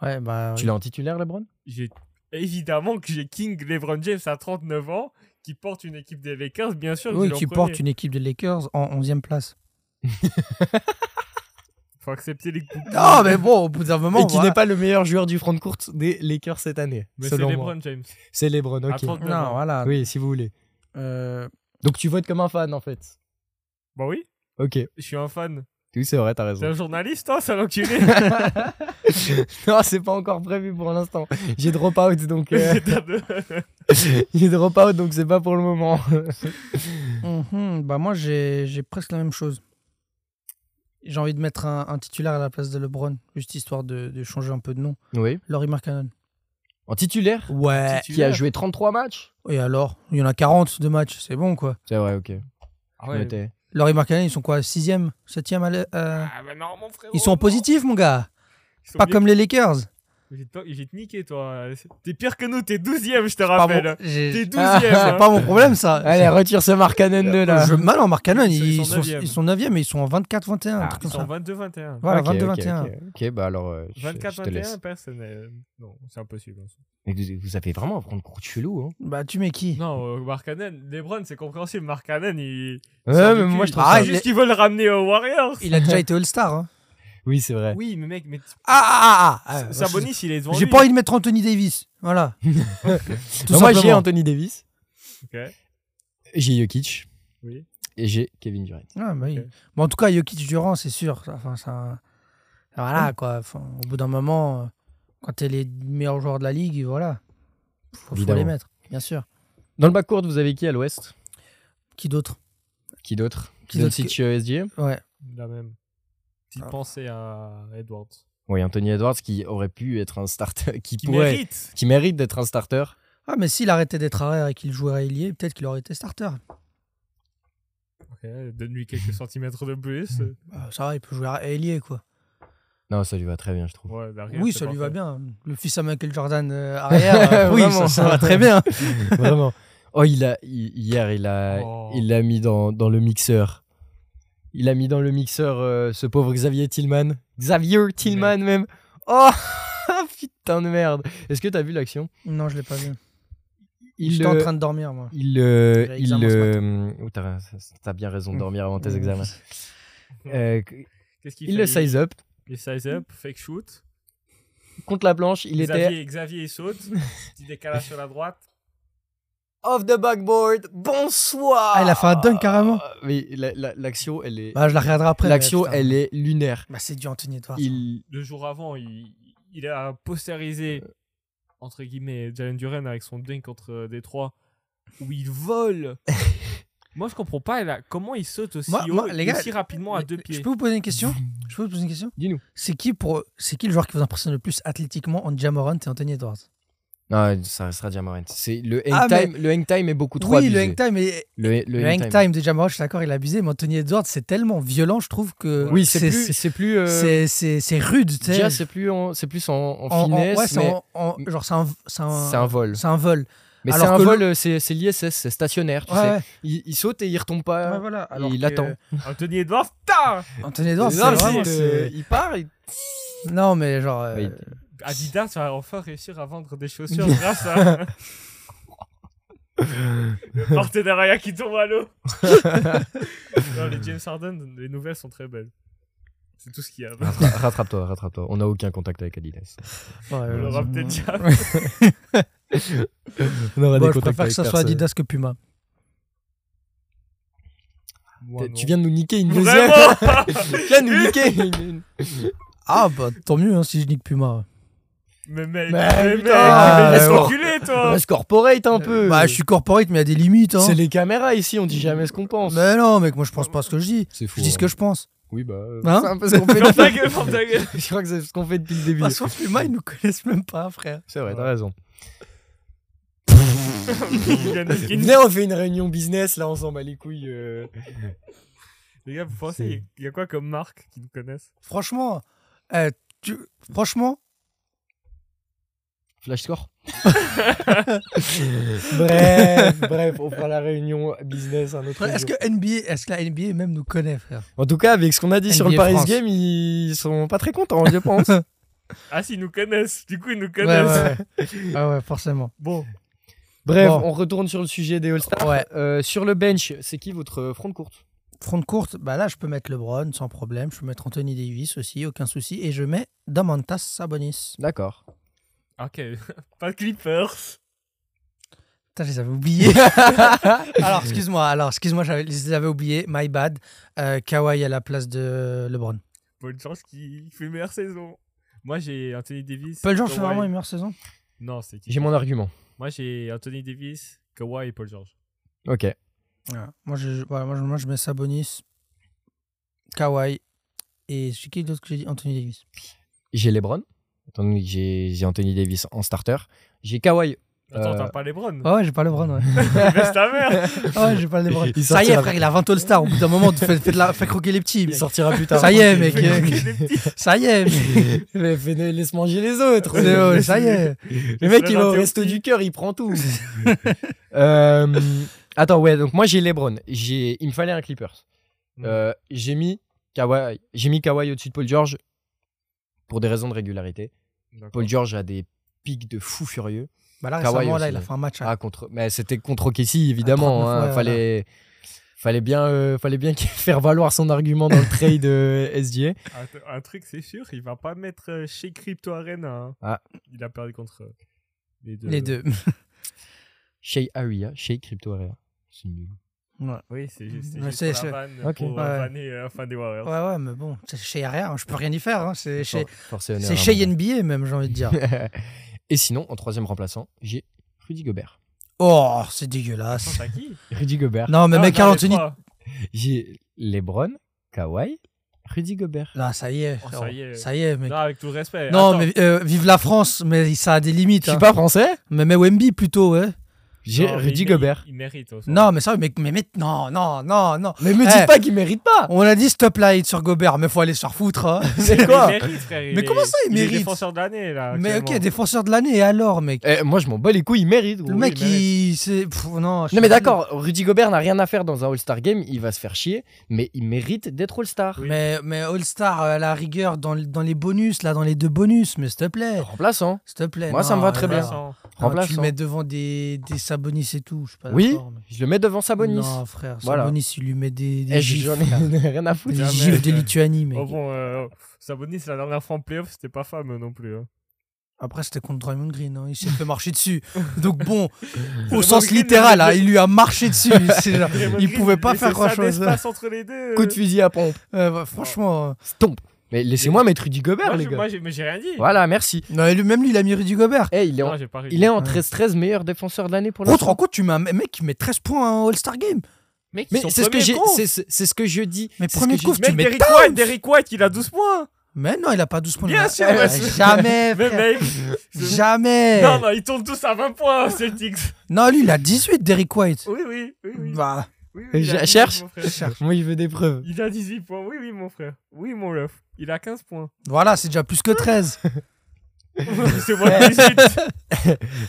Ouais, bah,
Tu l'as en titulaire, LeBron
J'ai évidemment que j'ai King LeBron James à 39 ans qui porte une équipe des Lakers, bien sûr.
oui, qui porte une équipe des Lakers en 11e place.
Faut accepter les coups.
Ah,
Non, mais bon, au bout d'un moment.
Et qui
voilà.
n'est pas le meilleur joueur du front court des Lakers cette année,
Mais c'est
selon moi.
LeBron James.
C'est LeBron,
À
ok.
39
Non,
ans.
voilà.
Ah, ben Oui, si vous voulez.
Euh,
Donc tu votes comme un fan, en fait.
Bah oui,
Ok.
je suis un fan.
Oui, c'est vrai, t'as
T'es
raison.
un journaliste, hein,
<laughs>
sale <laughs> enculé
<laughs> non, c'est pas encore prévu pour l'instant. J'ai drop out, donc euh, <laughs>
<laughs>
T'as de-
j'ai drop out, donc c'est pas pour le moment. <laughs>
mhm, bah, moi, j'ai j'ai presque la même chose. J'ai envie de mettre un, un titulaire à la place de LeBron, juste histoire de, de changer un peu de nom.
oui.
Laurie Markkanen.
En titulaire,
Eh,
Ouais.
qui a joué 33 matchs.
Et alors Il y en a 40 de matchs, c'est bon quoi.
C'est vrai, ok.
Ah ouais.
Mettez-
Laurie Markkanen, ils sont quoi 6e 7e à la- euh,
Ah bah non, mon frérot,
Ils sont
non.
positifs, mon gars.
Ils sont
Pas
bien-
comme les Lakers.
J'ai te- j'ai te niqué, toi. T'es pire que nous, t'es 12ème, je te
Pas
rappelle.
mon- j'ai-
T'es hein. 12ème.
Ah,
c'est pas mon problème, ça.
<laughs> Allez, retire ce Markkanen 2 là.
Je... Mal en Marcanon,
Ils
ils,
sont-
ils
ils sont
sont
neuvième.
ils sont 9e, mais ils sont en 24-21. un
Ah,
truc
Ils
comme
sont
ça.
22-21.
Voilà,
Ok, ok,
22-21.
Ok, ok, bah alors. euh, je- je te
24-21,
laisse.
personne. euh, Non, c'est impossible. hein, en soi.
Mais vous, vous avez vraiment un front court chelou. hein.
Bah, tu mets qui
Non, euh, Markkanen, LeBron, c'est compréhensible. Markkanen, il.
Hein.
sort
Ouais,
du
mais
cul.
moi je trouve
Ah,
ça-
C'est juste qu'ils veulent le ramener aux Warriors.
Il a <laughs> déjà été All-Star. hein.
Oui, c'est vrai.
Oui, mais mec, mais.
Ah, ah, ah, ah, ouais,
Sabonis, il est devant.
J'ai j'ai
lui.
pas envie de mettre Anthony Davis. <laughs> Voilà. Tout
Bah, moi j'ai
simplement.
Anthony Davis,
Ok.
j'ai Jokic
Oui.
et j'ai Kevin Durant.
Ouais, bah oui.
Ok.
Mais en tout cas, Jokic Durant, c'est sûr. Enfin, ça... Voilà, quoi. Enfin, au bout d'un moment, euh, quand t'es les meilleurs joueurs de la ligue, voilà. Faut, faut
Évidemment.
les mettre, bien sûr.
Dans le bas court, vous avez qui à l'ouest
Qui d'autre
Qui d'autre
Qui d'autre
Doncic euh, SGM
Ouais.
La même. Petite
Ah.
pensée à Edwards.
Oui, Anthony Edwards qui aurait pu être un starter. <laughs> Qui,
Qui
pourrait-
mérite.
Qui mérite d'être un starter.
Ah, mais s'il arrêtait d'être arrière et qu'il jouerait ailier, peut-être qu'il aurait été starter.
Ok,
<laughs>
Donne-lui quelques centimètres de plus.
Hmm.
Bah, ça va, il peut jouer ailier, quoi.
Non, ça lui va très bien, je
<laughs>
trouve.
Ouais, bah, derrière,
Oui,
c'est
ça lui va
parfait.
bien. Le fils à Michael Jordan
<laughs>
euh, arrière, euh, oui, ça,
Vraiment.
ça va très bien.
Vraiment. Oh, il a, hi- hier, il a,
Oh.
il l'a mis dans, dans le mixeur. Il a mis dans le mixeur euh, ce pauvre Xavier Tillman. Xavier Tillman, même. Oh, <laughs> putain de merde. Est-ce que t'as vu l'action
Non, je l'ai pas vu.
Il
J'étais
le-
en train de dormir, moi.
Il, euh,
J'ai
il,
examen ce Mmh.
euh, oh, t'as, t'as bien raison de dormir avant tes examens.
<laughs>
Euh,
Qu'est-ce qu'il
il
fait,
le size up
Il size up, fake shoot.
contre la planche. Il était
Xavier, Xavier,
<laughs>
il saute. Petit décalage sur la droite.
off the backboard. Bonsoir.
Ah, il a fait un dunk carrément.
Mais la- la- l'action, elle est.
Bah, je la regarderai après. mais
L'action,
putain.
elle est lunaire.
Bah, c'est du Anthony Edwards.
Il,
Le jour avant, il, il a postérisé,
Euh.
entre guillemets, Jalen Duren avec son dunk contre euh, Détroit, où il
<laughs>
vole. Moi, je comprends pas là, comment il saute aussi
Moi-
haut
moi,
et
les gars,
aussi rapidement à deux
Je
pieds.
peux vous poser une question Je peux vous poser une question
Dis-nous.
C'est qui, pour... c'est qui le joueur qui vous impressionne le plus athlétiquement en Jamorant et Anthony Edwards
Non, Ah, ça restera Diamant. C'est le hang
Ah, mais-
time. Le hang time est beaucoup trop
Oui,
abusé.
le hang time, est-
Le,
le hang time. de Jamorant, je suis d'accord, il est abusé, mais Anthony Edwards, c'est tellement violent, je trouve que.
Oui, c'est plus.
euh, c'est-
C'est plus. euh,
C'est, c'est, c'est rude, tu sais.
déjà, c'est plus en, c'est plus en, en
En- en-
finesse,
ouais, c'est
mais
en- en- genre, c'est un, c'est un-
c'est un vol.
c'est un vol.
Mais c'est
alors
un
que
vol, euh, c'est c'est l'ISS, c'est stationnaire. Tu
Ouais,
sais.
ouais.
Il, il saute et il retombe pas.
Ouais, voilà. Alors
il
que-
attend.
Ah, Anthony Edwards, ta
Anthony Edwards, c'est
Non, mais
vraiment-
il,
c'est-
il part. il-
Non, mais genre. euh,
Mais
Adidas va enfin réussir à vendre
<laughs>
des chaussures grâce à. le partenariat qui tombe
<laughs>
à l'eau. Non, les James Harden, les nouvelles sont très belles. C'est tout ce qu'il y a.
Ah,
Rattra- Rattrape-toi, rattrape-toi. On n'a aucun contact avec Adidas.
euh, ouais,
On l'aura peut-être déjà.
<laughs> On aura
Bon, je préfère que ça soit Adidas que Puma.
Moi,
Tu
non.
viens de nous niquer une deuxième.
<laughs>
Vraiment
<laughs> tu viens de nous niquer. une-
Ah, bah tant mieux hein, si je nique Puma.
Mais mec,
Mais
mais mec,
putain,
laisse
mais bon.
reculer toi
Reste corporate un peu.
Bah, je suis corporate, mais il y a des limites. Hein.
C'est les caméras ici, on dit jamais ce qu'on pense.
Mais non, mec, moi je pense pas ce que je dis.
C'est fou.
Je dis ce
hein.
que je pense.
Oui, bah. euh,
Hein
c'est un peu ce qu'on fait
Ferme ta
depuis... <laughs>
gueule, ferme ta gueule.
Je crois que
Bah,
c'est ce qu'on fait depuis le début.
Puma, ils nous connaissent même pas, frère.
C'est vrai, t'as
Ouais.
raison.
Kylian Hopkins.
Venez, on fait une réunion business, là, on s'en bat les couilles. euh.
Les gars, vous pensez, il y a quoi comme marque qui nous connaissent
Franchement, euh, tu... franchement,
Flash score <laughs> Bref, bref, on fera la réunion business un autre
est-ce
jour.
que NBA, est-ce que la NBA même nous connaît, frère
En tout cas, avec ce qu'on a dit sur le
NBA
Paris
France.
Game, ils sont pas très contents, hein, je pense.
Ah, si, ils nous connaissent. Du coup, ils nous
Ouais,
connaissent.
ouais, <laughs> ouais. Ah ouais, forcément.
Bon,
<laughs> Bref,
Bon.
on retourne sur le sujet des All-Stars.
Ouais.
Euh, sur le bench, c'est qui votre euh, front de courte
Front courte, bah là, je peux mettre LeBron sans problème. Je peux mettre Anthony Davis aussi, aucun souci. Et je mets Damantas Sabonis.
D'accord.
<laughs> ok. pas de Clippers.
Putain, je les avais <laughs> oubliés. alors, excuse-moi, alors, excuse-moi, j'avais- je les avais oubliés. My bad. Euh, Kawhi à la place de LeBron.
Bonne chance qu'il fait une meilleure saison. Moi, j'ai Anthony Davis.
Paul George fait
Kawhi.
vraiment une meilleure saison
Non, c'est qui
J'ai mon argument.
Moi, j'ai Anthony Davis, Kawhi et Paul George.
Ok.
Voilà. Moi, je, voilà, moi, je, moi, je mets Sabonis, Kawhi et c'est qui d'autre que j'ai dit Anthony Davis.
J'ai LeBron. étant donné que J'ai j'ai Anthony Davis en starter. J'ai Kawhi.
Attends,
Euh,
t'as pas les Browns <laughs>
Ah ouais, j'ai pas LeBron, ouais.
Baisse ta mère
Ah ouais, j'ai pas LeBron.
Il
Ça y est,
sortira-
frère, il a 20 All-Stars. Au bout d'un moment, fais, fais de la- fais croquer les petits. mec.
sortira plus tard.
Ça y est, mec.
Fais croquer
<laughs>
des petits.
Ça y est, mec.
<laughs> Mais fais- Laisse manger les autres. <laughs>
C'est- oh, ça y est.
Le mec,
Je
il va au
l'ai
resto
raté
du cœur, il prend
<laughs>
tout. Euh, attends, ouais, donc moi j'ai LeBron. J'ai, il me fallait un Clippers.
Mm.
Euh, j'ai mis Kawhi, j'ai mis Kawhi au-dessus de Paul George pour des raisons de régularité.
D'accord.
Paul George a des pics de fou furieux.
Bah là,
Kawhi
récemment, là,
aussi,
il a
ouais.
fait un match. à-
Ah, contre, mais c'était contre Casey évidemment.
39,
hein.
ouais,
fallait, fallait bien, euh, fallait bien qu'il- <laughs> faire valoir son argument dans le trade euh, SGA.
Un, un truc, c'est sûr, il va pas mettre euh, chez Crypto Arena. hein.
Ah.
Il a perdu contre euh, les deux.
les deux.
Chez Aria, chez hein, Crypto Area. C'est nul.
Ouais.
Oui, c'est juste
Ouais,
juste
c'est-
pour
c'est-
la vanne
Ok.
pour
Ouais.
euh, vanner euh, la fin des
ouais,
Warriors.
ouais, mais bon, c'est chez Area, hein, je peux rien y faire. hein, C'est chez,
For- force et honneur
c'est
à
chez
mon-
NBA, même, j'ai envie
<laughs>
de dire.
Et sinon, en troisième remplaçant, j'ai Rudy Gobert.
Oh, c'est
Attends,
dégueulasse.
t'as qui
Rudy Gobert.
Non, mais
Ah,
mec,
j'en ai
Carl Anthony.
trois.
J'ai Lebron, Kawhi, Rudy Gobert.
Là, ça y est.
Oh, ça
frérot.
y est.
Ça y est, mec.
Non, avec tout le respect.
Non,
Attends,
mais euh, vive la France, mais ça a des limites.
Je suis
hein.
pas français
Mais mais Wemby plutôt, ouais.
J'ai
non, mais
Rudy
il-
Gobert.
Il, il mérite. au fond.
Non, mais ça, mais, mais, mais- non, non, non, non.
Mais me
dites
pas qu'il mérite pas
On a dit stop là sur Gobert, mais faut aller se faire foutre. hein.
<laughs> C'est
Mais
quoi
il mérite, frère, il
Mais
est-
comment ça, il
Il est
mérite
défenseur de l'année, là.
mais ok,
actuellement.
défenseur de l'année, et alors, mec.
Eh, Moi, je m'en bats les couilles, il mérite. gros.
Le mec,
il mérite.
il, c'est, pff, non. je
Non,
suis
mais
désolé.
d'accord, Rudy Gobert n'a rien à faire dans un All-Star Game, il va se faire chier, mais il mérite d'être All-Star.
Oui.
Mais, mais All-Star, euh, à la rigueur, dans, le- dans les bonus, là, dans les deux bonus, mais s'il te plaît,
Remplaçant.
s'il te plaît.
Moi, ça me va très
non,
bien.
non,
Remplaçant.
tu le
Remplaçant.
mets devant des, des Sabonis et tout, je suis pas
Oui,
d'accord, mais-
Je le mets devant Sabonis.
Non, frère,
Voilà.
Sabonis, il lui met des, des
Eh,
gifs,
J'en
<laughs>
frère.
<laughs> ai rien à foutre.
Des
Jamais.
gifs de Lituanie, mec.
Oh bon, euh, Sabonis, la dernière fois en playoff, c'était pas fameux non plus. hein.
Après, c'était contre Draymond Green, hein, il s'est fait marcher
<laughs>
dessus. Donc bon, au
Draymond
sens
Green,
littéral,
il-
hein, il lui a marché
<laughs>
dessus. c'est genre-
Draymond
il
Green,
pouvait pas
laissait
faire
ça
grand-chose.
d'espace entre les deux.
Coup de fusil à pompe.
Euh, bah, franchement, euh,
Stomp. Mais laissez-moi mettre Rudy Gobert,
Moi,
les
je-
gars.
moi, j'ai- mais j'ai rien dit.
Voilà, merci.
non, et lui- même lui, il a mis Rudy Gobert.
Eh, il est en,
Non, j'ai pas réussi.
il est en
Ouais.
13-13 meilleur défenseur de l'année pour
Contre, en
l'instant.
compte, tu mets un mec qui met 13 points en All-Star Game.
Mec, ils
Mais
sont
c'est ce que
premiers,
j'ai,
con.
c'est, c'est- c'est ce que je dis.
Mais
C'est ce
premier
que je
coup,
dis.
tu
Mec,
mets
Derrick
Towns.
White, Derrick White, il a 12 points.
Mais non, il a pas 12 points.
Bien
Mais-
sûr,
Eh,
bien sûr.
Jamais,
<laughs> Mais
frère.
<laughs>
mec, je-
Jamais.
non,
Non,
non, ils tournent tous à 20 points, <laughs> Celtics.
lui, il a 18, Derrick White.
Oui, oui, oui, oui.
Bah,
Oui, oui, il a
Je-
18,
cherche.
mon frère.
Moi, je veux des preuves.
Il a 18 points. Oui, oui, mon frère. Oui, mon ref. Il a 15
<laughs>
points. <laughs>
voilà, c'est déjà plus que 13.
C'est moi 18.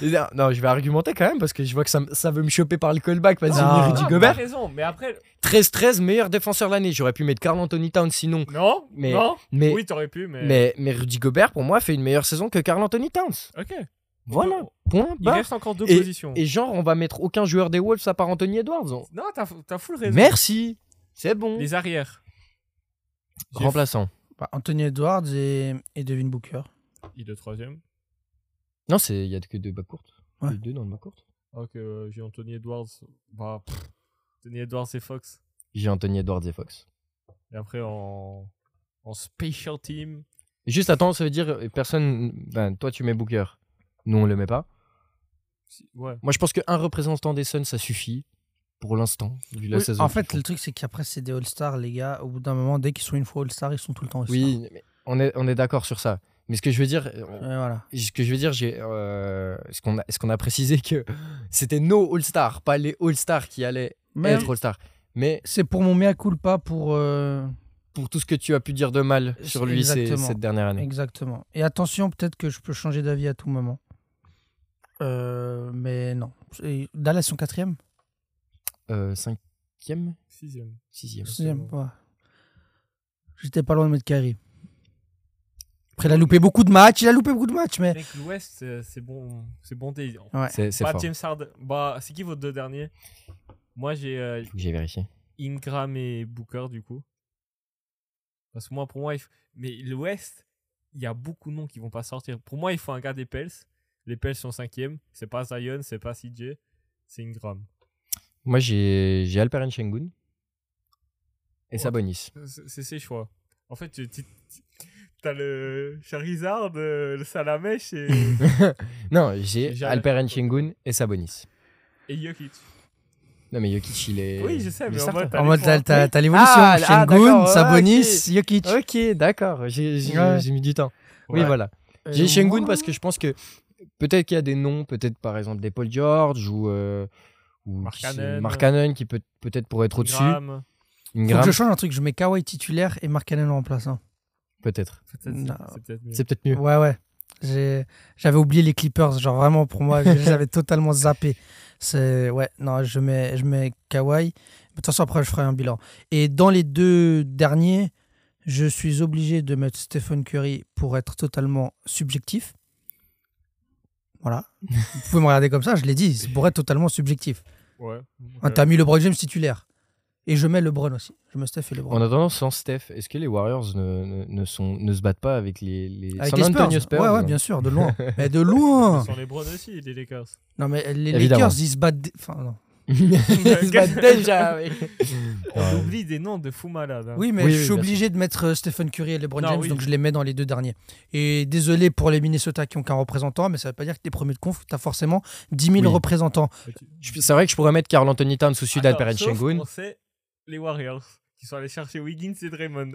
Et là, <laughs> Non, je vais argumenter quand même parce que je vois que ça, me- ça veut me choper par le callback. Vas-y,
Non.
mais Rudy
Non,
Gobert.
t'as raison, mais après.
13-13 meilleur défenseur de l'année. J'aurais pu mettre Carl Anthony Towns sinon.
Non,
Mais-
non.
Mais,
Oui, t'aurais pu, mais.
mais, mais Rudy Gobert, pour moi, fait une meilleure saison que Carl Anthony Towns.
Ok.
Voilà. Point
Il
barre.
reste encore deux positions.
Et genre, on va mettre aucun joueur des Wolves à part Anthony Edwards. On-
Non, t'as t'as full raison.
Merci. C'est bon.
Les arrières. J'ai-
Remplaçant.
<laughs> Bah, Anthony Edwards et, et Devin Booker.
Il est troisième.
Non, c'est il y a que deux bas courtes.
Ouais.
Les Deux dans le bas courte.
Ok, euh, j'ai Anthony Edwards. Bah, pff, Anthony Edwards et Fox.
J'ai Anthony Edwards et Fox.
Et après, en, en special team.
Juste attends, ça veut dire euh, personne. Ben, toi, tu mets Booker. Nous, on le met pas.
si- Ouais.
Moi, je pense qu'un représentant des Suns, ça suffit pour l'instant, vu la
Oui,
saison.
en
qu'ils
fait,
font.
le truc, c'est qu'après, c'est des All-Stars, les gars. Au bout d'un moment, dès qu'ils sont une fois All-Stars, ils sont tout le temps All-Stars.
oui, mais on est, on est d'accord sur ça. Mais ce que je veux dire, euh,
Et voilà.
ce que je veux dire, j'ai euh, ce qu'on a, ce qu'on a précisé que <laughs> c'était nos All-Stars, pas les All-Stars qui allaient
Mais
être All-Stars. Mais
c'est pour mon mea culpa pour. euh,
pour tout ce que tu as pu dire de mal sur lui ces-
Exactement.
cette dernière année.
Exactement. Et attention, peut-être que je peux changer d'avis à tout moment. Euh, mais non. Et Dallas sont quatrième
Euh, cinquième,
Sixième.
sixième.
Sixième,
Absolument.
ouais. J'étais pas loin de mettre Carrie. Après, il a loupé beaucoup de matchs. Il a loupé beaucoup de matchs, mais.
Mec, l'Ouest, c'est- c'est bon, c'est bon délire.
Ouais.
C'est Eh. Ah, c'est
Pas
fort.
James Harden. Bah, c'est qui vos deux derniers Moi, j'ai euh,
Faut que J'ai vérifié.
Ingram et Booker, du coup. Parce que moi, pour moi, il f- mais l'Ouest, il y a beaucoup de noms qui vont pas sortir. Pour moi, il faut un gars des Pels. Les Pels sont cinquième. C'est pas Zion, c'est pas CJ, c'est Ingram.
Moi, j'ai j'ai Alperen Sengun et Sabonis. <laughs>
C'est c'est ses choix. En fait, tu tu- tu- t'as le Charizard, euh, le Salamèche et,
<laughs> non, j'ai
J'ai
Alperen Sengun et Sabonis.
et Jokic.
Non, mais Jokic, il est.
Oui, je sais,
il est
mais en
starter.
mode, t'as
En
les
mode,
points.
t'as- t'as t'as l'évolution.
Ah, ah,
Şengun,
d'accord, ouais,
Sabonis,
ok.
Jokic.
Ok, d'accord. J'ai j'ai-
Ouais.
j'ai mis du temps. Oui,
Ouais.
voilà.
Euh,
J'ai Sengun
moi-
parce que je pense que peut-être qu'il y a des noms, peut-être par exemple des Paul George ou. euh, ou
Mark
qui- euh,
Cannon.
Mark Cannon qui peut peut-être pourrait être au-dessus.
Ingram.
Faut que
Ingram,
je change un truc. Je mets Kawhi titulaire et Mark Allen en remplaçant.
peut-être.
C'est peut-être-
Non.
c'est peut-être mieux.
C'est peut-être mieux.
Ouais, ouais. J'ai- J'avais oublié les Clippers. Genre, vraiment, pour moi, j'avais <laughs> totalement zappé. C'est... Ouais, non, je mets, je mets Kawhi. De toute façon, après, je ferai un bilan. Et dans les deux derniers, je suis obligé de mettre Stephen Curry pour être totalement subjectif. Voilà. Vous pouvez me regarder comme ça, je l'ai dit. C'est pour être totalement subjectif.
Ouais.
Ah, T'as mis LeBron James titulaire. Et je mets LeBron aussi. Je mets Steph et LeBron.
En attendant, sans Steph, est-ce que les Warriors ne, ne, ne sont, ne se battent pas avec les, les...
Avec
San
les
Antonio euh
Spurs. Ouais,
<laughs>
ouais, bien sûr, de loin. Mais de
Ils
loin
sont les Browns aussi, les Lakers.
Non, mais les
Évidemment.
Lakers, ils se battent. dé- Enfin, non.
<laughs> Ils se
<laughs>
battent déjà, oui.
On oublie des noms de fou malades. hein.
Oui, mais
Oui,
je
oui,
suis
bien
obligé de mettre euh, Stephen Curry et LeBron
Non,
James,
oui.
donc je les mets dans les deux derniers. Et désolé pour les Minnesota qui ont qu'un représentant, mais ça veut pas dire que t'es premier de conf, t'as forcément 10 000
Oui.
représentants.
<laughs> Je- C'est vrai que je pourrais mettre Carl Anthony Towns sous-dessus
Attends,
d'Alperen
sauf
Şengün.
qu'on sait les Warriors qui sont allés chercher Wiggins et Draymond.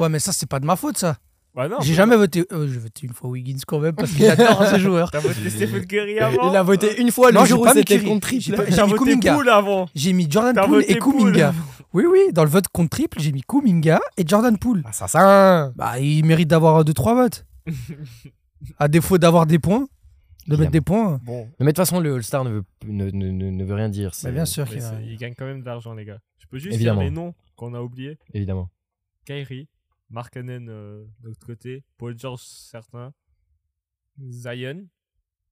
Ouais, mais ça, c'est pas de ma faute, ça.
Bah non.
J'ai jamais voté. euh, J'ai voté une fois Wiggins quand même, parce qu'il
<laughs>
adore ce joueur.
T'as voté Stephen Curry avant.
Euh, Il a voté une fois
Non,
le jour
j'ai
où
pas mis
c'était
Curry.
contre triple.
Euh, J'ai pas-
T'as
mis
voté
Kuminga.
Poole avant.
J'ai mis Jordan
T'as
Poole
voté
et Kuminga. Oui, oui, dans le vote contre triple, j'ai mis Kuminga et Jordan Poole.
Ah, Assassin
Bah, il mérite d'avoir 2-3 votes. à défaut d'avoir des points, de
Évidemment.
mettre des points. Bah,
Bon.
Mais de toute façon, le All-Star ne veut, ne, ne- ne- ne veut rien dire, c'est-
Mais bien sûr
Mais
qu'il va.
c'est- ils gagnent quand même de l'argent, les gars. Je peux juste
Évidemment.
dire les noms qu'on a oubliés.
évidemment.
Kyrie, Mark Cannon euh, de l'autre côté, Paul George, certains. Zion.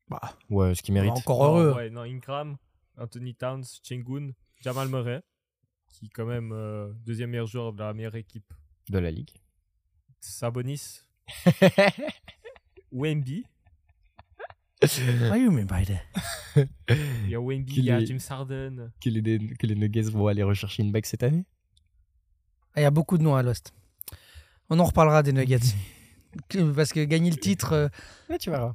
Bah,
Ouais, ce qu'il
on est
mérite.
encore
Non,
heureux.
ouais, non, Ingram, Anthony Towns, Chengun, Jamal Murray, qui est quand même euh, deuxième meilleur joueur de la meilleure équipe.
De la <laughs> Ligue.
Sabonis, Wemby.
Ah oui, mais bah, il est-
Il y a Wemby,
Qu'il
il y a
est-
James Harden.
que, les, que les Nuggets vont aller rechercher une bague cette année
Ah, il y a beaucoup de noms à l'Ouest. On en reparlera des Nuggets. Que- Parce que gagner le titre. euh,
Ouais, tu verras.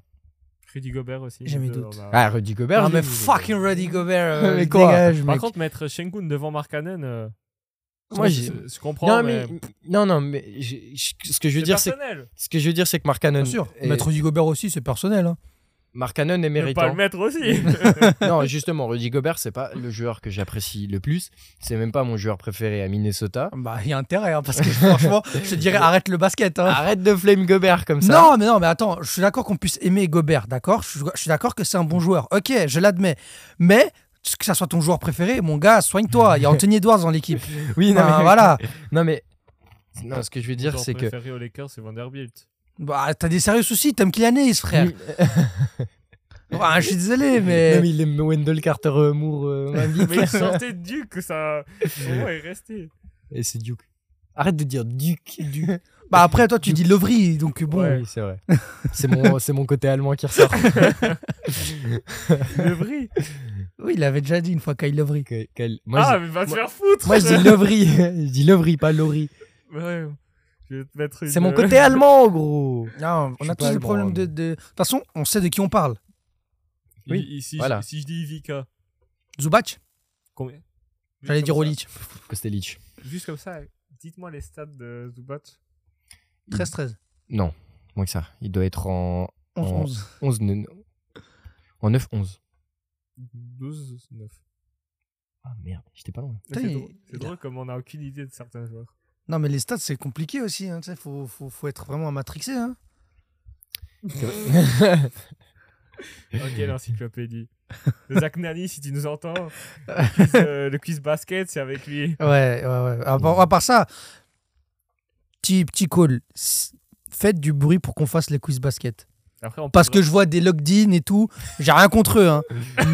Rudy Gobert aussi. bah,
J'ai
les
mes
deux,
doutes.
on a-
Ah, Rudy Gobert.
Non,
je
mais
l'ai mis,
fucking Rudy Gobert. euh,
Mais quoi
dégage,
Par
mec.
contre, mettre Shengun devant Mark Cannon, euh,
Moi, j'ai-
je, je comprends.
Non, mais,
mais,
non, non, mais j'ai- je- ce que je veux
c'est
dire, c'est
personnel.
ce que je veux dire, c'est que Mark Cannon,
Bien sûr.
est,
Mettre Rudy Gobert aussi, c'est personnel. hein.
Mark Cannon est
Ne pas le
méritant.
mettre aussi.
<laughs> non, justement, Rudy Gobert, c'est pas le joueur que j'apprécie le plus. C'est même pas mon joueur préféré à Minnesota.
Bah, il y a intérêt, hein, parce que <laughs> franchement, je te dirais arrête le basket. hein.
Arrête de flame Gobert comme ça.
Non, mais non, mais attends, je suis d'accord qu'on puisse aimer Gobert, d'accord je, suis- je suis d'accord que c'est un bon joueur, ok, je l'admets. Mais que ça soit ton joueur préféré, mon gars, soigne-toi. Il
<laughs>
y a Anthony Edwards dans l'équipe.
oui, non,
Enfin,
mais,
voilà.
Non, mais non, ce que je veux
<laughs>
dire, c'est que
Mon préféré aux Lakers, c'est Vanderbilt.
Bah, t'as des sérieux soucis, t'aimes Kylian ce frère. Bah, je suis désolé, mais.
Non, mais il aime Wendell Carter euh, Moore. <laughs> euh, Wemby.
mais il sortait de Duke, que ça. Son nom est resté.
Et c'est Duke. Arrête de dire Duke. Duke.
Bah, après, toi, tu dis Lovry, donc bon.
Bon, <laughs> oui, c'est vrai. C'est <laughs> mon, c'est mon côté allemand qui ressort.
Le vrai.
<laughs> Oui, il avait déjà dit une fois Kyle Lovry.
Que- quel- Moi,
Ah,
je,
mais va te
moi-
faire foutre.
moi, je
<laughs>
dis Lovry. je dis Lovry, pas Lori.
Ouais. Je vais te mettre une. euh,
C'est mon côté allemand, gros.
Non,
Je
on
suis
a
pas
tous des
allemand,
problèmes de.
mais-
de- De toute façon, on sait de qui on parle.
Oui,
Oui, si,
voilà.
je, si je dis Ivica.
Zubac
Combien
J'allais
Juste
dire
comme
Olic.
Kostelic.
ça. Juste comme ça, dites-moi les stats de Zubac.
13-13.
Non. Moins que ça. Il doit être en
11-11.
11, ne- en 9-11.
12, 9.
Ah merde, j'étais pas loin.
Putain,
C'est drôle,
il-
c'est
il a-
drôle comme on n'a aucune idée de certains
<laughs>
joueurs.
Non, mais les stats, c'est compliqué aussi. Hein, tu sais, faut, faut, faut être vraiment matrixé. Hein.
Ok,
<laughs>
l'encyclopédie. Zach Nani, si tu nous entends, le quiz, euh, le quiz basket, c'est avec lui.
Ouais, ouais, ouais. À part, à part ça, petit, petit call. s- Faites du bruit pour qu'on fasse les quiz basket.
Après, on
Parce que
pourrait-
je vois des locked-in et tout. J'ai rien contre eux. Hein.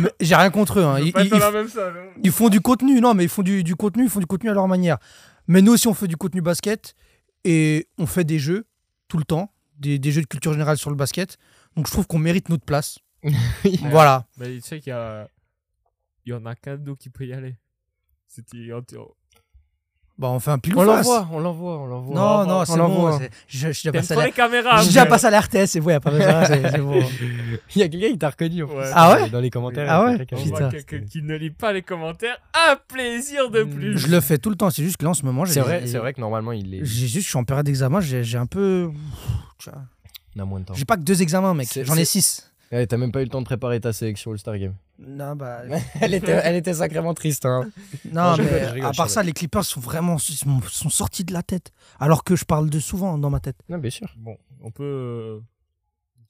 Mais J'ai rien contre eux. hein.
on peut
Ils,
pas
ils-
être dans la
ils-
même salle, hein.
ils font du contenu. Non, mais ils font du, du contenu. Ils font du contenu à leur manière. Mais nous aussi, on fait du contenu basket. Et on fait des jeux tout le temps. Des, des jeux de culture générale sur le basket. Donc je trouve qu'on mérite
<laughs>
notre place. voilà.
Mais tu sais qu'il y a. Il y en a qu'un de nous qui peut y aller. C'était. on- on-
Bah, on fait un pile
on
face.
l'envoie, on l'envoie, on l'envoie.
Non, non, c'est bon.
l'envoie.
c'est- Je je suis déjà
T'aimes
passé à
trop
la-
les caméras
j'ai
vous.
déjà passé à la RTS, c'est bon, y a pas <laughs> besoin, c'est c'est bon.
Oh, <laughs> Il y a quelqu'un qui t'a reconnu en plus,
Ouais.
Ah ouais
euh, Dans les commentaires.
Ah
il y a
ouais
quelqu'un
On
qui-
voit
Putain.
quelqu'un qui ne lit pas les commentaires. Un plaisir de plus.
Mm. Je le fais tout le temps, c'est juste que là en ce moment, j'ai-
C'est vrai, c'est vrai que normalement il est.
J'ai juste, je suis en période d'examen, j'ai j'ai un peu. tu vois.
On a moins de temps.
J'ai pas que deux examens, mec,
C'est-
j'en ai
c'est-
six.
Ouais, T'as même pas eu le temps de préparer ta sélection All-Star Game.
Non, <laughs> bah.
<laughs> elle, était, elle était sacrément triste. Hein.
Non,
je rigole,
mais
je rigole,
à
je
part ça,
rigole.
les Clippers sont vraiment sont sont sortis de la tête. Alors que je parle de souvent dans ma tête.
Non, bien sûr.
Bon, on peut euh,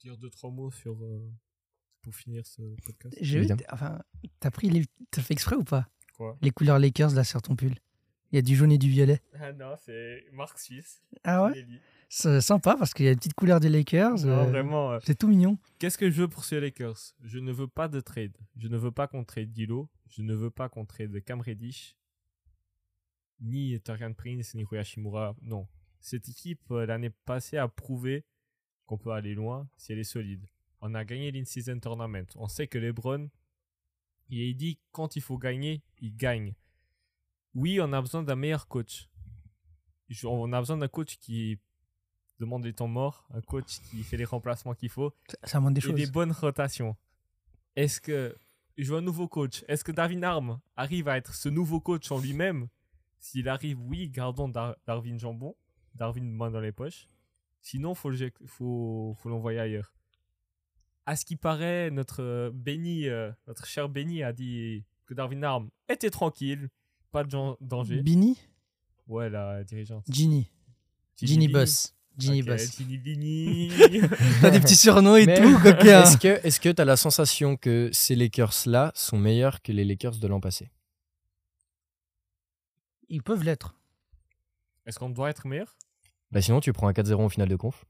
dire deux, trois mots sur. euh, pour finir ce podcast.
J'ai vu,
Évidemment.
t'as- enfin, t'as pris les. T'as fait exprès ou pas
Quoi
Les couleurs Lakers là sur ton pull. Il y a du jaune et du violet.
Ah non, c'est Marc Suisse.
Ah ouais C'est sympa parce qu'il y a une petite couleur des Lakers.
Non,
euh,
vraiment. euh,
C'est tout mignon.
Qu'est-ce que je veux pour ces Lakers Je ne veux pas de trade. Je ne veux pas qu'on trade Dilo. Je ne veux pas qu'on trade Cam Reddish. Ni Torian Prince, ni Rui Hashimura. Non. Cette équipe, euh, l'année passée, a prouvé qu'on peut aller loin si elle est solide. On a gagné l'in-season tournament. On sait que LeBron, il est dit quand il faut gagner, il gagne. Oui, on a besoin d'un meilleur coach. Je- On a besoin d'un coach qui demande les temps morts, un coach qui fait les remplacements qu'il faut
Ça, ça montre des
et
choses.
des bonnes rotations. Est-ce que je vois un nouveau coach Est-ce que Darwin Arm arrive à être ce nouveau coach en lui-même S'il arrive, oui, gardons Dar- Darwin Jambon, Darwin main dans les poches. Sinon, faut le jec- faut, faut l'envoyer ailleurs. À ce qui paraît, notre euh, Benny, euh, notre cher Benny a dit que Darwin Arm était tranquille, pas de gen- danger.
Bini
Ouais, la dirigeante.
Ginny. Ginny Bus. Ginny
Ginny
Bus.
Ginny Benny.
<laughs> T'as des petits surnoms et
Mais-
tout, coquin.
Est-ce que est-ce que t'as la sensation que ces Lakers-là sont meilleurs que les Lakers de l'an passé
Ils peuvent l'être.
Est-ce qu'on doit être meilleur
Bah sinon tu prends un 4-0 en finale de <laughs> conf.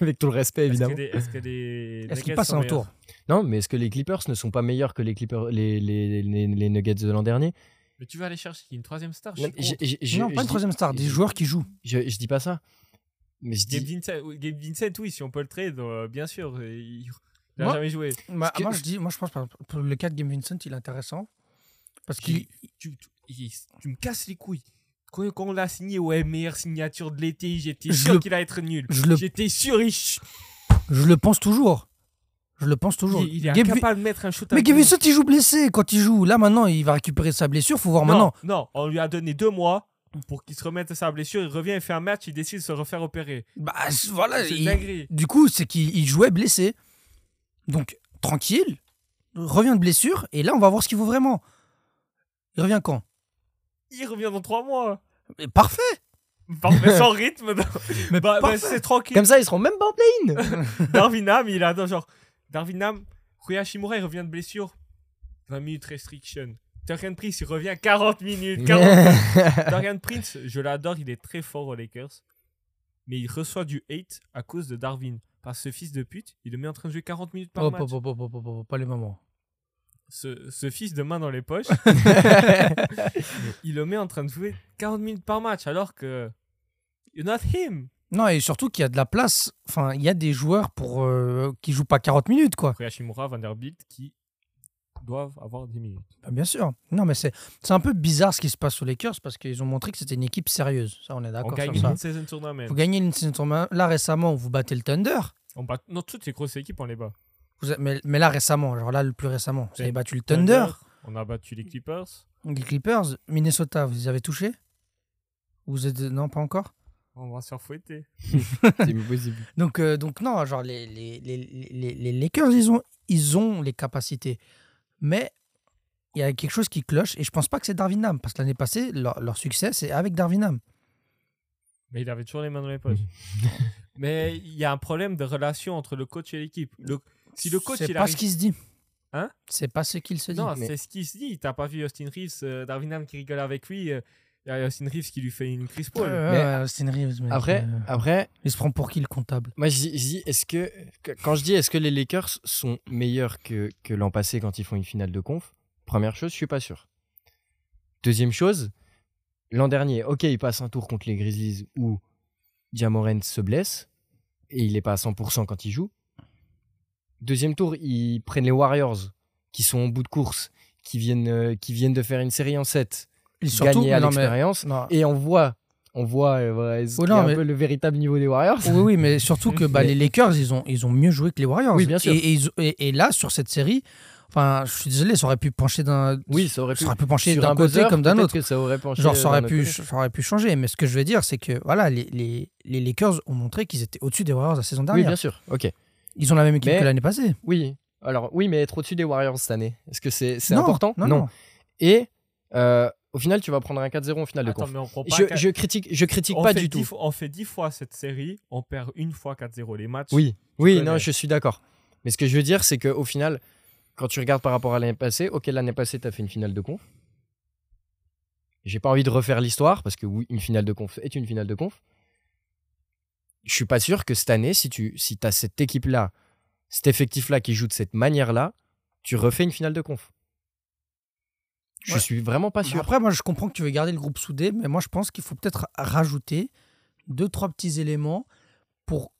Avec tout le respect évidemment.
Est-ce que les- Est-ce que les.
Est-ce qu'ils
Nuggets
passent
sont
un
meilleurs
tour
Non, mais est-ce que les Clippers ne sont pas meilleurs que les Clippers, les, les, les, les Nuggets de l'an dernier
Mais tu vas aller chercher qui Une troisième star je
Non,
suis
j'ai-
contre.
j'ai- j'ai-
Non, pas
je
une
dis-
troisième star, des
je-
joueurs qui jouent.
Je, je dis pas ça. Mais je
Gabe
dis.
Vincent, oui, Gabe Vincent, oui, si on peut le trade, euh, bien sûr. et Il il a
Moi-
jamais joué.
Moi,
que-
moi, je dis, moi, je pense par exemple, pour le cas de Game Vincent, il est intéressant. Parce
J'ai-
qu'il.
Tu, tu- il- tu me casses les couilles. Quand, quand on l'a signé, ouais, meilleure signature de l'été, j'étais
Je
sûr
le-
qu'il allait être nul.
je le-
J'étais sûr, il, ch-
Je le pense toujours. Je le pense toujours.
il, il est
Gabe-
incapable de mettre un shoot à
Mais Game
deux.
Vincent, il joue blessé quand il joue. Là, maintenant, il va récupérer sa blessure. Faut voir
non,
maintenant.
non, on lui a donné deux mois pour qu'il se remette à sa blessure. Il revient, il fait un match, il décide de se refaire opérer.
Bah, voilà.
C'est
il-
dinguerie.
Du coup, c'est qu'il il jouait blessé. Donc, tranquille, revient de blessure, et là, on va voir ce qu'il vaut vraiment. Il revient quand
Il revient dans trois mois.
Mais Parfait
Parfait,
<laughs>
sans rythme. non.
Mais
Bah, bah,
parfait.
c'est tranquille.
Comme ça, ils seront même pas en play-in
Darvinam, il a non, genre Darvinam, Rui Hashimura, il revient de blessure. 20 minutes restriction. Dorian Prince, il revient 40 minutes. 40
<laughs>
minutes. Dorian Prince, je l'adore, il est très fort aux Lakers. Mais il reçoit du hate à cause de Darwin. Parce que ce fils de pute, il le met en train de jouer 40 minutes par
Oh,
match.
oh, oh, oh, oh, oh, oh, pas les moments.
Ce, ce fils de main dans les poches, il le met en train de jouer 40 minutes par match. Alors que. You're not him.
<laughs> Non, et surtout qu'il y a de la place. Enfin, il y a des joueurs pour euh, qui jouent pas 40 minutes, quoi.
Rui Hashimura, Vanderbilt, qui doivent avoir 10 minutes.
Bah, bien sûr. Non, mais c'est c'est un peu bizarre ce qui se passe aux Lakers parce qu'ils ont montré que c'était une équipe sérieuse. Ça, on est
On
d'accord
gagne
sur ça.
une saison tournament.
Vous gagnez l'Insane Tournament. Là, récemment, vous battez le Thunder.
On bat non, toutes les grosses équipes, on les bat.
Vous avez- mais, mais là, récemment, genre là, le plus récemment, vous avez
Thun-
battu le Thunder.
On a battu les Clippers.
Les Clippers, Minnesota, vous les avez touchés Vous êtes non pas encore
On va se faire fouetter.
<laughs> C'est impossible.
Donc, euh, donc non, genre les, les, les, les, les Lakers, ils ont, ils ont les capacités. Mais il y a quelque chose qui cloche et je pense pas que c'est Darwin Ham parce que l'année passée, leur, leur succès, c'est avec Darwin Ham.
Mais il avait toujours les mains dans les poches. <laughs> Mais il y a un problème de relation entre le coach et l'équipe. Le- Si le coach,
c'est
il
pas ce
arrive...
qu'il se dit.
Hein
C'est pas ce qu'il se dit.
Non,
mais-
c'est ce qui se dit. T'as pas vu Austin Reeves, euh, Darwin Ham qui rigole avec lui. euh, Il y a Austin Reeves qui lui fait une crise
Ouais,
Paul.
ouais,
Mais-
ouais, Austin Reeves, mec,
Après,
euh,
après,
il se prend pour qui le comptable
moi je dis- je dis, est-ce que que- quand je dis est-ce que les Lakers sont meilleurs que, que l'an passé quand ils font une finale de conf Première chose, je suis pas sûr. Deuxième chose, l'an dernier, ok, il passe un tour contre les Grizzlies où Jamorant se blesse et il est pas à 100% quand il joue. Deuxième tour, ils prennent les Warriors qui sont en bout de course, qui viennent, euh, qui viennent de faire une série en 7,
Il
gagner à l'expérience.
non.
Et on voit, on voit euh, voilà, ce
Oh
qui
non,
est un
mais-
peu le véritable niveau des
<laughs>
Warriors.
Oui, oui, mais surtout que
<laughs>
bah,
Mais-
les Lakers, ils ont, ils ont mieux joué que les Warriors.
Oui, bien sûr.
Et, et ils- et- et là, sur cette série, enfin, je suis désolé, ça aurait pu pencher d'un,
Oui, ça aurait pu.
ça aurait pu pencher
sur
d'un
un
côté
buzzer,
comme d'un
peut-être
autre.
que ça aurait penché.
Genre, ça
euh,
aurait,
d'un
pu,
autre côté.
ça aurait pu changer. Mais ce que je veux dire, c'est que voilà, les, les, les Lakers ont montré qu'ils étaient au-dessus des Warriors la saison
Oui,
dernière.
bien sûr. Ok.
ils ont la même équipe
Mais-
que l'année passée.
Oui. Alors, oui, mais être au-dessus des Warriors cette année, est-ce que c'est c'est
Non,
important
non, non.
Et euh, au final, tu vas prendre un 4-0 en finale de
Attends,
conf.
mais on prend pas
Je,
qu'à-
je critique, je critique
on
pas
fait
du
10
tout.
fois- On fait 10 fois cette série, on perd une fois 4-0 les matchs.
Oui, oui,
connais.
non, je suis d'accord. Mais ce que je veux dire, c'est qu'au final, quand tu regardes par rapport à l'année passée, ok, l'année passée, tu as fait une finale de conf. J'ai pas envie de refaire l'histoire parce que oui, une finale de conf est une finale de conf. Je suis pas sûr que cette année, si tu si as cette équipe-là, cet effectif-là qui joue de cette manière-là, tu refais une finale de conf. Je
Ouais.
suis vraiment pas
Mais
sûr.
Après, moi, je comprends que tu veux garder le groupe soudé, mais moi, je pense qu'il faut peut-être rajouter deux, trois petits éléments pour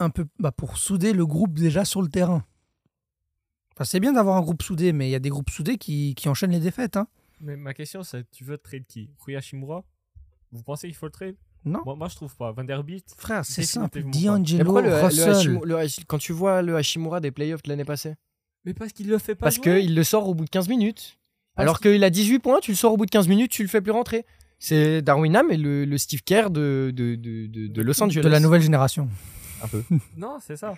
un peu, bah, pour souder le groupe déjà sur le terrain. Enfin, c'est bien d'avoir un groupe soudé, mais il y a des groupes soudés qui, qui enchaînent les défaites. hein.
Mais ma question, c'est tu veux trade qui Rui Hachimura Vous pensez qu'il faut le trade
Non.
moi, moi, je trouve pas. Vanderbilt
Frère, c'est simple.
Définitivement pas.
Mais
D'Angelo,
pourquoi le, le
Russell.
Hashimo- le Hashi- quand tu vois le Hashimura des playoffs de l'année passée
Mais parce qu'il le fait pas. Ah,
Parce qu'il le sort au bout de 15 minutes.
Parce
Alors qu'il a 18 points, tu le sors au bout de 15 minutes, tu le fais plus rentrer. C'est Darwin Ham et le, le Steve Kerr de, de, de, de- de Los Angeles.
de la nouvelle génération.
Un peu.
Non, c'est ça.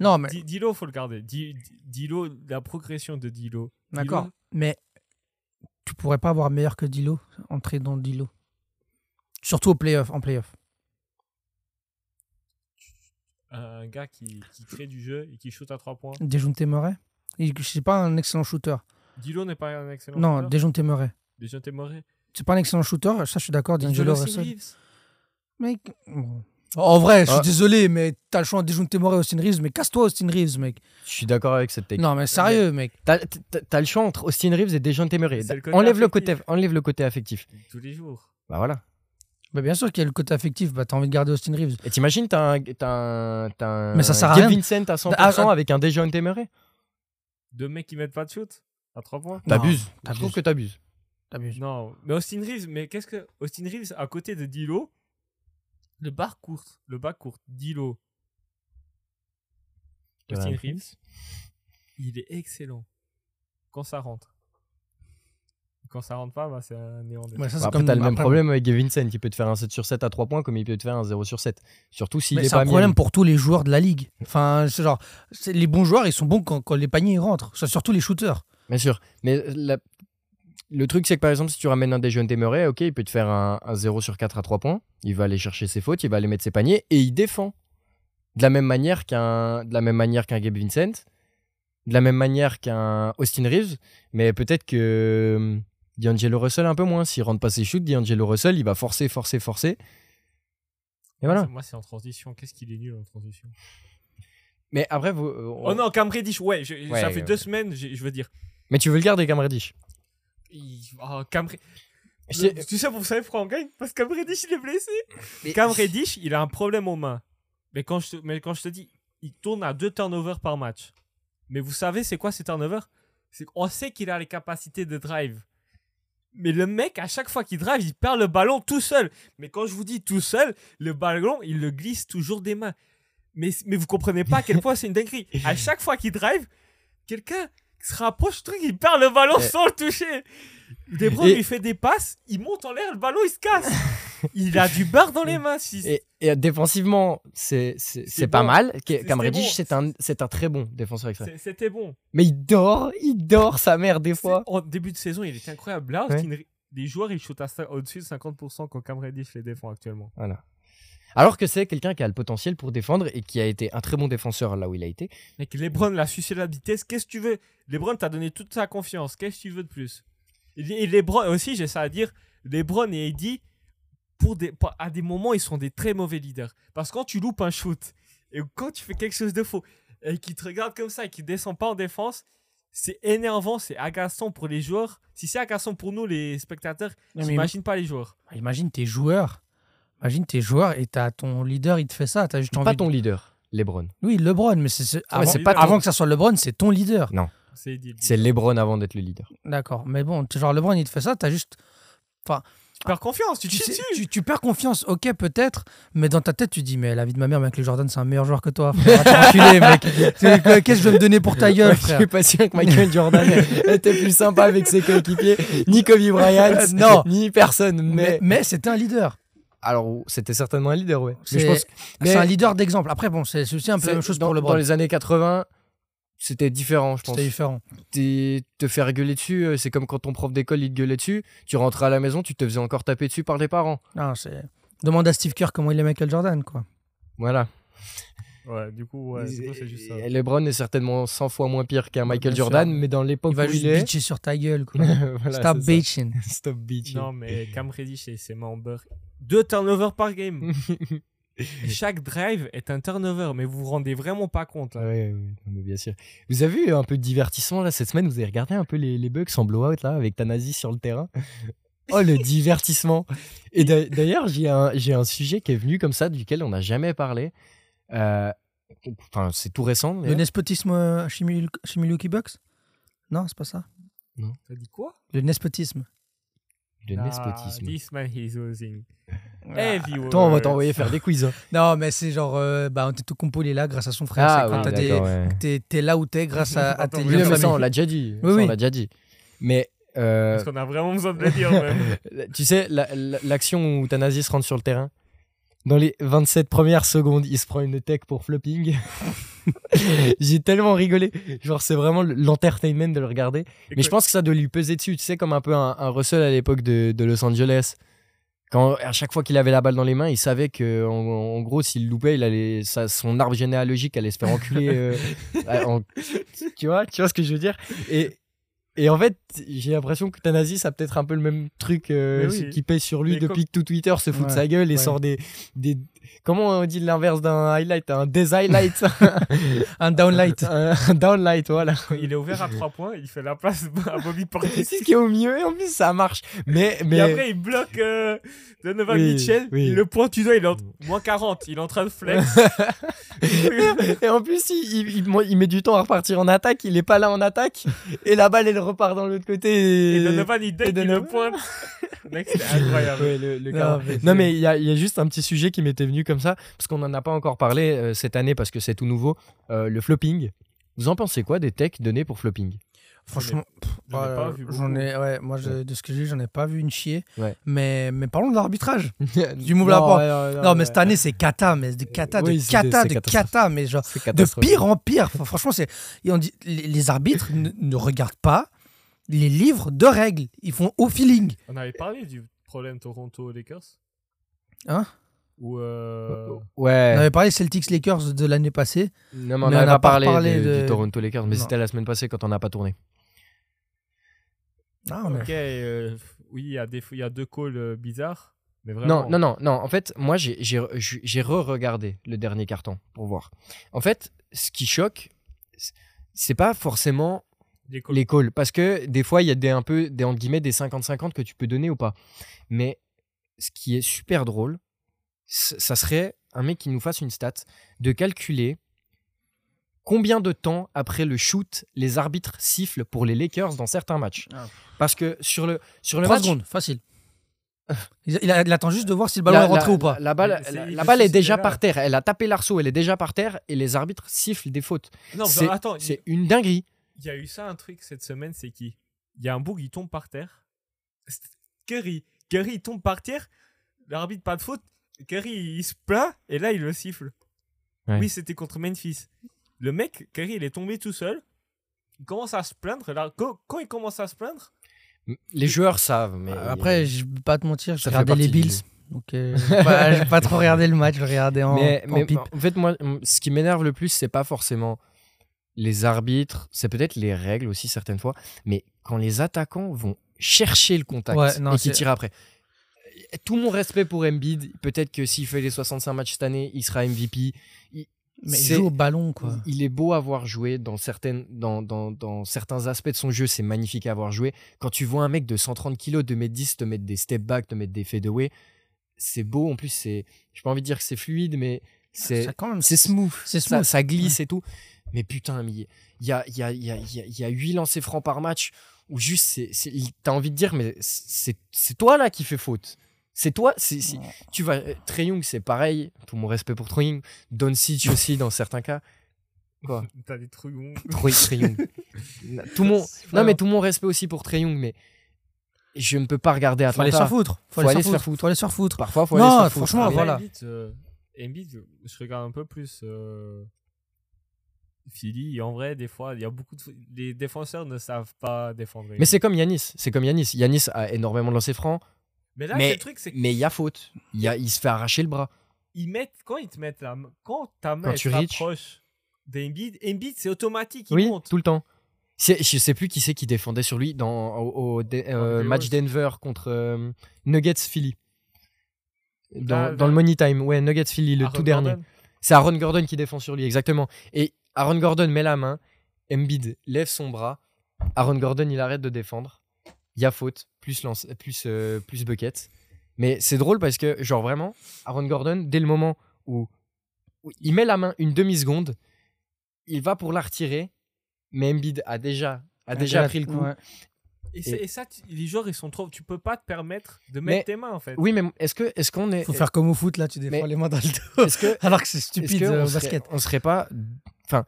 Non, mais
Di- Dilo, faut le garder. Di- Di- Dilo, la progression de Dilo.
d'accord. Mais tu pourrais pas avoir meilleur que Dilo, entrer dans Dilo. Surtout au playoff, en playoff.
euh, Un gars qui, qui crée du jeu et qui shoot à 3 points.
Déjounte Murray. Il- Je sais pas un excellent shooter.
Dilo n'est pas un excellent
Non,
shooter.
Déjounte Murray.
déjà t'es moré.
C'est pas un excellent shooter, ça je suis d'accord, D'Angelo
Jonas
Russell.
Reeves.
Mec. bon. En vrai, je suis
Ah.
désolé, mais t'as le choix de déjouer Murray Austin Reeves, mais casse-toi Austin Reeves, mec.
Je suis d'accord avec cette technique.
Non, mais sérieux, mec.
T'as t'as- t'as le choix entre Austin Reeves et Dejan Temeray.
C'est le côté
Enlève, le côté,
affectif.
enlève le côté affectif.
Tous les jours.
Bah voilà.
Bah, bien sûr qu'il y a le côté affectif, bah t'as envie de garder Austin Reeves.
Et t'imagines, t'as un, t'as un, t'as un
Mais ça sert à
Gabe
rien.
Vincent à 100%
Ah,
avec un Dejan Temeray.
Deux mecs qui mettent pas de shoot à 3 points.
T'abuses. Je
t'abuses.
trouve que t'abuses.
T'abuses.
Non, mais Austin Reeves, mais qu'est-ce que Austin Reeves à côté de Dilo Le bar court, le bas court, Dilo, Austin
Ouais.
Reeves, il est excellent quand ça rentre. Quand ça rentre pas, bah, c'est un néant. d'être.
Ouais, ça, c'est
Bah, après,
comme-
t'as le même
après,
problème avec Gabe Vincent qui peut te faire un 7 sur 7 à 3 points comme il peut te faire un 0 sur 7. Surtout s'il
mais
est pas
C'est un
mis à
problème
lui.
pour tous les joueurs de la ligue. Enfin, c'est genre, c'est- les bons joueurs, ils sont bons quand, quand les paniers ils rentrent. Ça, surtout les shooters.
Bien sûr. Mais euh, la- le truc, c'est que par exemple, si tu ramènes un déjeuner Temeray, ok, il peut te faire un, un 0 sur 4 à 3 points. Il va aller chercher ses fautes, il va aller mettre ses paniers et il défend. De la même manière qu'un, de la même manière qu'un Gabe Vincent, de la même manière qu'un Austin Reeves, mais peut-être que hum, D'Angelo Russell un peu moins. S'il rentre pas ses shoots, D'Angelo Russell, il va forcer, forcer, forcer. Et voilà.
Moi, c'est en transition. Qu'est-ce qu'il est nul en transition
Mais après, vous, euh,
Oh non, Cam Reddish, ouais, je-
Ouais,
ça fait
ouais.
deux semaines, je, je veux dire.
mais tu veux le garder, Cam Reddish.
Il- oh, Cam Re-
Je
Le-
sais-
Tu sais, vous savez pourquoi on gagne Parce que Cam Reddish, il est blessé.
Mais-
Cam Reddish, il a un problème aux mains. Mais quand je te, mais quand je te dis, il tourne à deux turnovers par match. Mais vous savez, c'est quoi ces turnovers C'est qu'on sait qu'il a les capacités de drive. Mais le mec, à chaque fois qu'il drive, il perd le ballon tout seul. Mais quand je vous dis tout seul, le ballon, il le glisse toujours des mains. Mais, mais vous comprenez pas à quel point c'est une dinguerie.
<laughs>
À chaque fois qu'il drive, quelqu'un se rapproche du truc, il perd le ballon
Eh.
sans le toucher. Des Bruyne,
Et- <laughs>
il fait des passes, il monte en l'air, le ballon, il se casse. Il a du bar dans les mains. Si...
Et, et euh, défensivement, c'est c'est-
C'est
c'est pas
bon.
mal.
C'est-
Cam
c'est
Reddish,
bon.
c'est un, c'est un très bon défenseur extérieur.
c'est- C'était bon.
Mais il dort, il dort sa mère des fois.
C'est- En début de saison, il était incroyable. Là,
Ouais.
Austin- les joueurs, ils shootent à cin- au-dessus de 50% quand Cam Reddish les défend actuellement.
Voilà. Alors que c'est quelqu'un qui a le potentiel pour défendre et qui a été un très bon défenseur là où il a été.
Mec, Lebron l'a sucé la vitesse. Qu'est-ce que tu veux Lebron t'a donné toute sa confiance. Qu'est-ce que tu veux de plus Et et Lebron aussi, j'ai ça à dire. Lebron et Eddie, pour des, pour- à des moments, ils sont des très mauvais leaders. Parce que quand tu loupes un shoot et quand tu fais quelque chose de faux et qu'ils te regardent comme ça et qu'ils descendent pas en défense, c'est énervant, c'est agaçant pour les joueurs. Si c'est agaçant pour nous, les spectateurs,
Non, mais
j'imagine pas les joueurs.
Imagine tes joueurs. Imagine tes joueurs et t'as ton leader, il te fait ça. T'as juste
Pas
envie. de-
ton leader, Lebron.
Oui, LeBron, mais c'est ce- avant,
c'est pas ton-
avant que ça soit LeBron, c'est ton leader.
C'est Eddie. le
C'est Lebron avant d'être le leader.
D'accord. Mais bon, genre LeBron, il te fait ça. T'as juste.
Tu perds confiance, tu te
Tu, sais-
chies dessus.
tu- tu perds confiance, ok, peut-être, mais dans ta tête, tu dis, mais la vie de ma mère, mec, le Jordan, c'est un meilleur joueur que toi, frère.
<laughs>
T'es enculé, mec. C'est- Qu'est-ce que je vais me donner pour ta gueule,
Ouais,
frère
Je suis pas sûr que Michael
<laughs>
Jordan était plus sympa avec ses coéquipiers, ni Kobe Bryant,
Euh, <laughs> non.
ni personne.
Mais,
Mais,
mais c'était un leader.
alors, c'était certainement un leader, ouais. Mais
C'est-
je pense que- mais
C'est un leader d'exemple. Après, bon, c'est c'est aussi un peu la même
c'est-
chose
dans,
pour
dans
LeBron.
les années 80, c'était différent, je pense.
C'était différent.
T'es- Te faire gueuler dessus, euh, c'est comme quand ton prof d'école il te gueulait dessus. Tu rentrais à la maison, tu te faisais encore taper dessus par les parents.
Non, c'est- Demande à Steve Kerr comment il est Michael Jordan, quoi.
Voilà.
Ouais, du coup, ouais, du coup, c'est juste ça.
Et LeBron est certainement 100 fois moins pire qu'un Michael
bien sûr.
Jordan, mais dans l'époque
Il
où
va juste
il est.
bitcher sur ta gueule, quoi.
<laughs> Voilà,
Stop
c'est
bitching.
ça. Stop bitch.
Non, mais Cam Reddish et ses mains en beurre. Deux turnovers
<laughs>
par game. Chaque drive est un turnover, mais vous vous rendez vraiment pas compte. hein.
Ouais,
là.
ouais, ouais, non, mais bien sûr. Vous avez eu un peu de divertissement là cette semaine Vous avez regardé un peu les, les Bucks en blowout là avec Tanasi sur le
<laughs>
terrain Oh le divertissement Et d'a- d'ailleurs j'ai un, j'ai un sujet qui est venu comme ça duquel on n'a jamais parlé. Euh, Enfin c'est tout récent.
Le
d'ailleurs.
despotisme euh, Shimil- Shimiluki Bucks Non, c'est pas ça.
T'as dit quoi
Le despotisme.
Le nespotisme.
Ah, This man he's losing.
Ah,
Heavy
Toi on va t'envoyer faire des quiz. hein.
Non, mais c'est genre, euh, bah, on t'est tout compolé là grâce à son frère.
Ah
c'est quand
oui,
t'as des-
d'accord, ouais.
t'es- t'es là où t'es grâce à, à tes
Oui,
Oui,
liens
mais ça, on
familiaux.
l'a déjà dit.
Oui,
Ça,
oui.
On l'a déjà dit. Mais euh,
Parce qu'on a vraiment besoin de le
<laughs>
dire. même.
tu sais, la- la- l'action où Thanasis rentre sur le terrain, dans les 27 premières secondes, il se prend une tech pour flopping. <laughs> J'ai tellement rigolé. Genre, c'est vraiment le- l'entertainment de le regarder. Mais je pense que ça doit lui peser dessus, tu sais, comme un peu un, un Russell à l'époque de, de Los Angeles. Quand à chaque fois qu'il avait la balle dans les mains, il savait que en, en gros, s'il loupait, il allait, sa- son arbre généalogique allait se faire enculer. euh, à- en- tu vois, tu vois ce que je veux dire Et et en fait, j'ai l'impression que Thanasis a peut-être un peu le même truc euh,
Mais oui.
qui pèse sur lui
Mais
depuis que tout Twitter se fout de
Ouais,
sa gueule et
ouais.
sort des, des. Comment on dit l'inverse d'un highlight Un déshighlight
<laughs> Un downlight.
Un un downlight, voilà.
Il est ouvert à 3 points, il fait la place <laughs> à
<laughs>
Bobby Portis.
C'est ce qui est au mieux et en plus ça marche. Mais, mais...
Et après, il bloque euh, Donovan
Oui,
Mitchell.
oui.
Il le pointe du doigt, il est en moins 40. Il est en train de flex.
<laughs> Et en plus, il, il- il- moi, il met du temps à repartir en attaque. Il est pas là en
<laughs>
attaque. Et la balle, elle repart dans l'autre côté.
et Donovan, il dunk,
Et
il le
Donovan- <laughs>
pointe. Mec, c'est incroyable.
Ouais, le- le
Non,
gars.
mais
Non,
c'est-
mais il y, a- il y a juste un petit sujet qui m'était venu comme ça, parce qu'on n'en a pas encore parlé euh, cette année, parce que c'est tout nouveau. euh, le flopping. Vous en pensez quoi des techs donnés pour
<laughs>
flopping
Franchement, pff,
j'en ai
voilà,
pas vu beaucoup.
j'en ai, ouais, moi je- de ce que j'ai, vu, j'en ai pas vu une chier.
Ouais.
Mais, mais parlons de l'arbitrage.
Du
m'ouvres la porte.
Non,
non, mais cette année c'est cata, mais de cata,
Oui,
de
c'est-
cata,
c'est
de
catastrophe.
cata, mais genre
c'est
de
catastrophique.
pire en pire. Enfin, franchement, c'est, et on dit, les, les arbitres ne, ne regardent pas les livres de règles. Ils font au feeling.
On avait parlé du problème Toronto-Lakers
Hein
Ou. euh,
On
Ouais.
avait parlé Celtics Lakers de l'année passée.
Non, mais on
Mais
n'avait
on a
pas
pas
parlé
reparlé
de-
de-
du Toronto Lakers, mais
Non.
c'était la semaine passée quand on n'a pas tourné.
Ah, mais-
Ok, euh, oui, il y, a des- il y a deux calls euh, bizarres. Mais vraiment.
Non, non, non, non. En fait, moi, j'ai- j'ai re- j'ai j'ai re-regardé le dernier carton pour voir. En fait, ce qui choque, c- c'est pas forcément
Des calls.
les calls, parce que des fois, il y a des un peu des entre guillemets des 50-50 que tu peux donner ou pas. Mais ce qui est super drôle, c- ça serait un mec qui nous fasse une stat de calculer combien de temps après le shoot les arbitres sifflent pour les Lakers dans certains matchs.
Ah.
Parce que sur le sur le
3
match,
secondes, facile. Il, il a- il attend juste de voir si le ballon
la,
est rentré
la-
ou pas.
La balle,
Mais c'est-
la,
hein.
la
je
balle
sais,
est déjà
c'était là.
par terre. Elle a tapé l'arceau, elle est déjà par terre et les arbitres sifflent des fautes.
Non,
c'est-
attends, il
C'est une dinguerie.
il y a eu ça un truc cette semaine, c'est qui Il y a un bug, il tombe par terre. C'est- Curry. Curry, il tombe par terre. l'arbitre, pas de faute. Kerry, il, il se plaint et là, il le siffle.
Ouais.
Oui, c'était contre Memphis. Le mec, Kerry, il est tombé tout seul. Il commence à se plaindre. Là, quand, quand il commence à se plaindre,
Les joueurs savent, mais.
Bah, Après, je vais pas te mentir, je
Euh, Ça fait
regardais les
partie du
Bills. Donc, euh, j'ai pas, j'ai pas trop regardé le match, je le regardais en,
mais,
en
mais
pipe.
en fait, moi, m- ce qui m'énerve le plus, c'est pas forcément les arbitres, c'est peut-être les règles aussi certaines fois, mais quand les attaquants vont chercher le contact
Ouais, non,
et qu'ils
c'est-
tirent après. Tout mon respect pour Embiid, peut-être que s'il fait les 65 matchs cette année, il sera MVP.
Mais
c'est-
il joue au ballon, quoi.
Il est beau à voir jouer dans, certaines, dans, dans, dans certains aspects de son jeu, c'est magnifique à avoir joué. Quand tu vois un mec de 130 kg, 2m10 te mettre des step back, te mettre des fadeaway, c'est beau. En plus, c'est, j'ai pas envie de dire que c'est fluide, mais c'est,
Ça, quand même,
c'est smooth.
c'est
Ça,
smooth.
ça glisse et tout. Mais putain, mais il y a, il y, a, il y, a, il y, a, il y a 8 lancers francs par match où juste, c'est- c'est- il- t'as envie de dire, mais c'est c'est toi là qui fais faute. C'est toi, c'est- c'est- tu vas. euh, Trae Young, c'est pareil, tout mon respect pour Trae Young. Doncic aussi, dans certains cas. Quoi
t'as des trucs. où-
Trae, Trae
<laughs>
Young. tout mon, non, mais tout mon respect aussi pour Trae Young, mais je ne peux pas regarder à
Faut aller se faire foutre. Faut, aller se faire foutre. Faut aller se faire foutre.
Parfois, faut
Non,
aller se faire foutre.
franchement,
Mais-
voilà.
Embiid, euh, Embiid, je, je regarde un peu plus euh, Philly. Et en vrai, des fois, il y a beaucoup de. Les défenseurs ne savent pas défendre.
Mais c'est comme Yanis. C'est comme Yanis. Yanis a énormément de lancers francs,
Mais là,
mais-
le truc, c'est
mais il y a faute. Il y a- il se fait arracher le bras.
qu'ils mettent. Quand ils te mettent la main. Quand ta main
Quand
elle
tu
se
reach.
rapproche d'Embiid, Embiid, c'est automatique. Il
Oui,
monte.
tout le temps. C'est- Je sais plus qui c'est qui défendait sur lui dans, au, au de- euh,
playoffs.
match Denver contre euh, Nuggets Philly. Dans,
Là,
dans
là.
le Money Time, ouais, Nuggets Philly, le
Aaron
tout dernier.
Gordon.
C'est Aaron Gordon qui défend sur lui, exactement. Et Aaron Gordon met la main, Embiid lève son bras, Aaron Gordon il arrête de défendre, il y a faute, plus, lance, plus, euh, plus bucket. Mais c'est drôle parce que, genre vraiment, Aaron Gordon, dès le moment où, où il met la main une demi-seconde, il va pour la retirer, mais Embiid a déjà, a déjà pris le coup.
Ah, Ouais.
Et, c'est-
Et-
et ça, tu- les joueurs, ils sont trop. Tu peux pas te permettre de mettre
Mais-
tes mains, en fait.
Oui, mais est-ce que- est-ce qu'on est.
Faut faire comme au foot, là, tu défends
Mais-
les mains dans le dos. <laughs>
Est-ce que,
Alors que c'est
Est-ce
stupide
que
euh,
on
au
serait-
basket.
on serait pas. Enfin,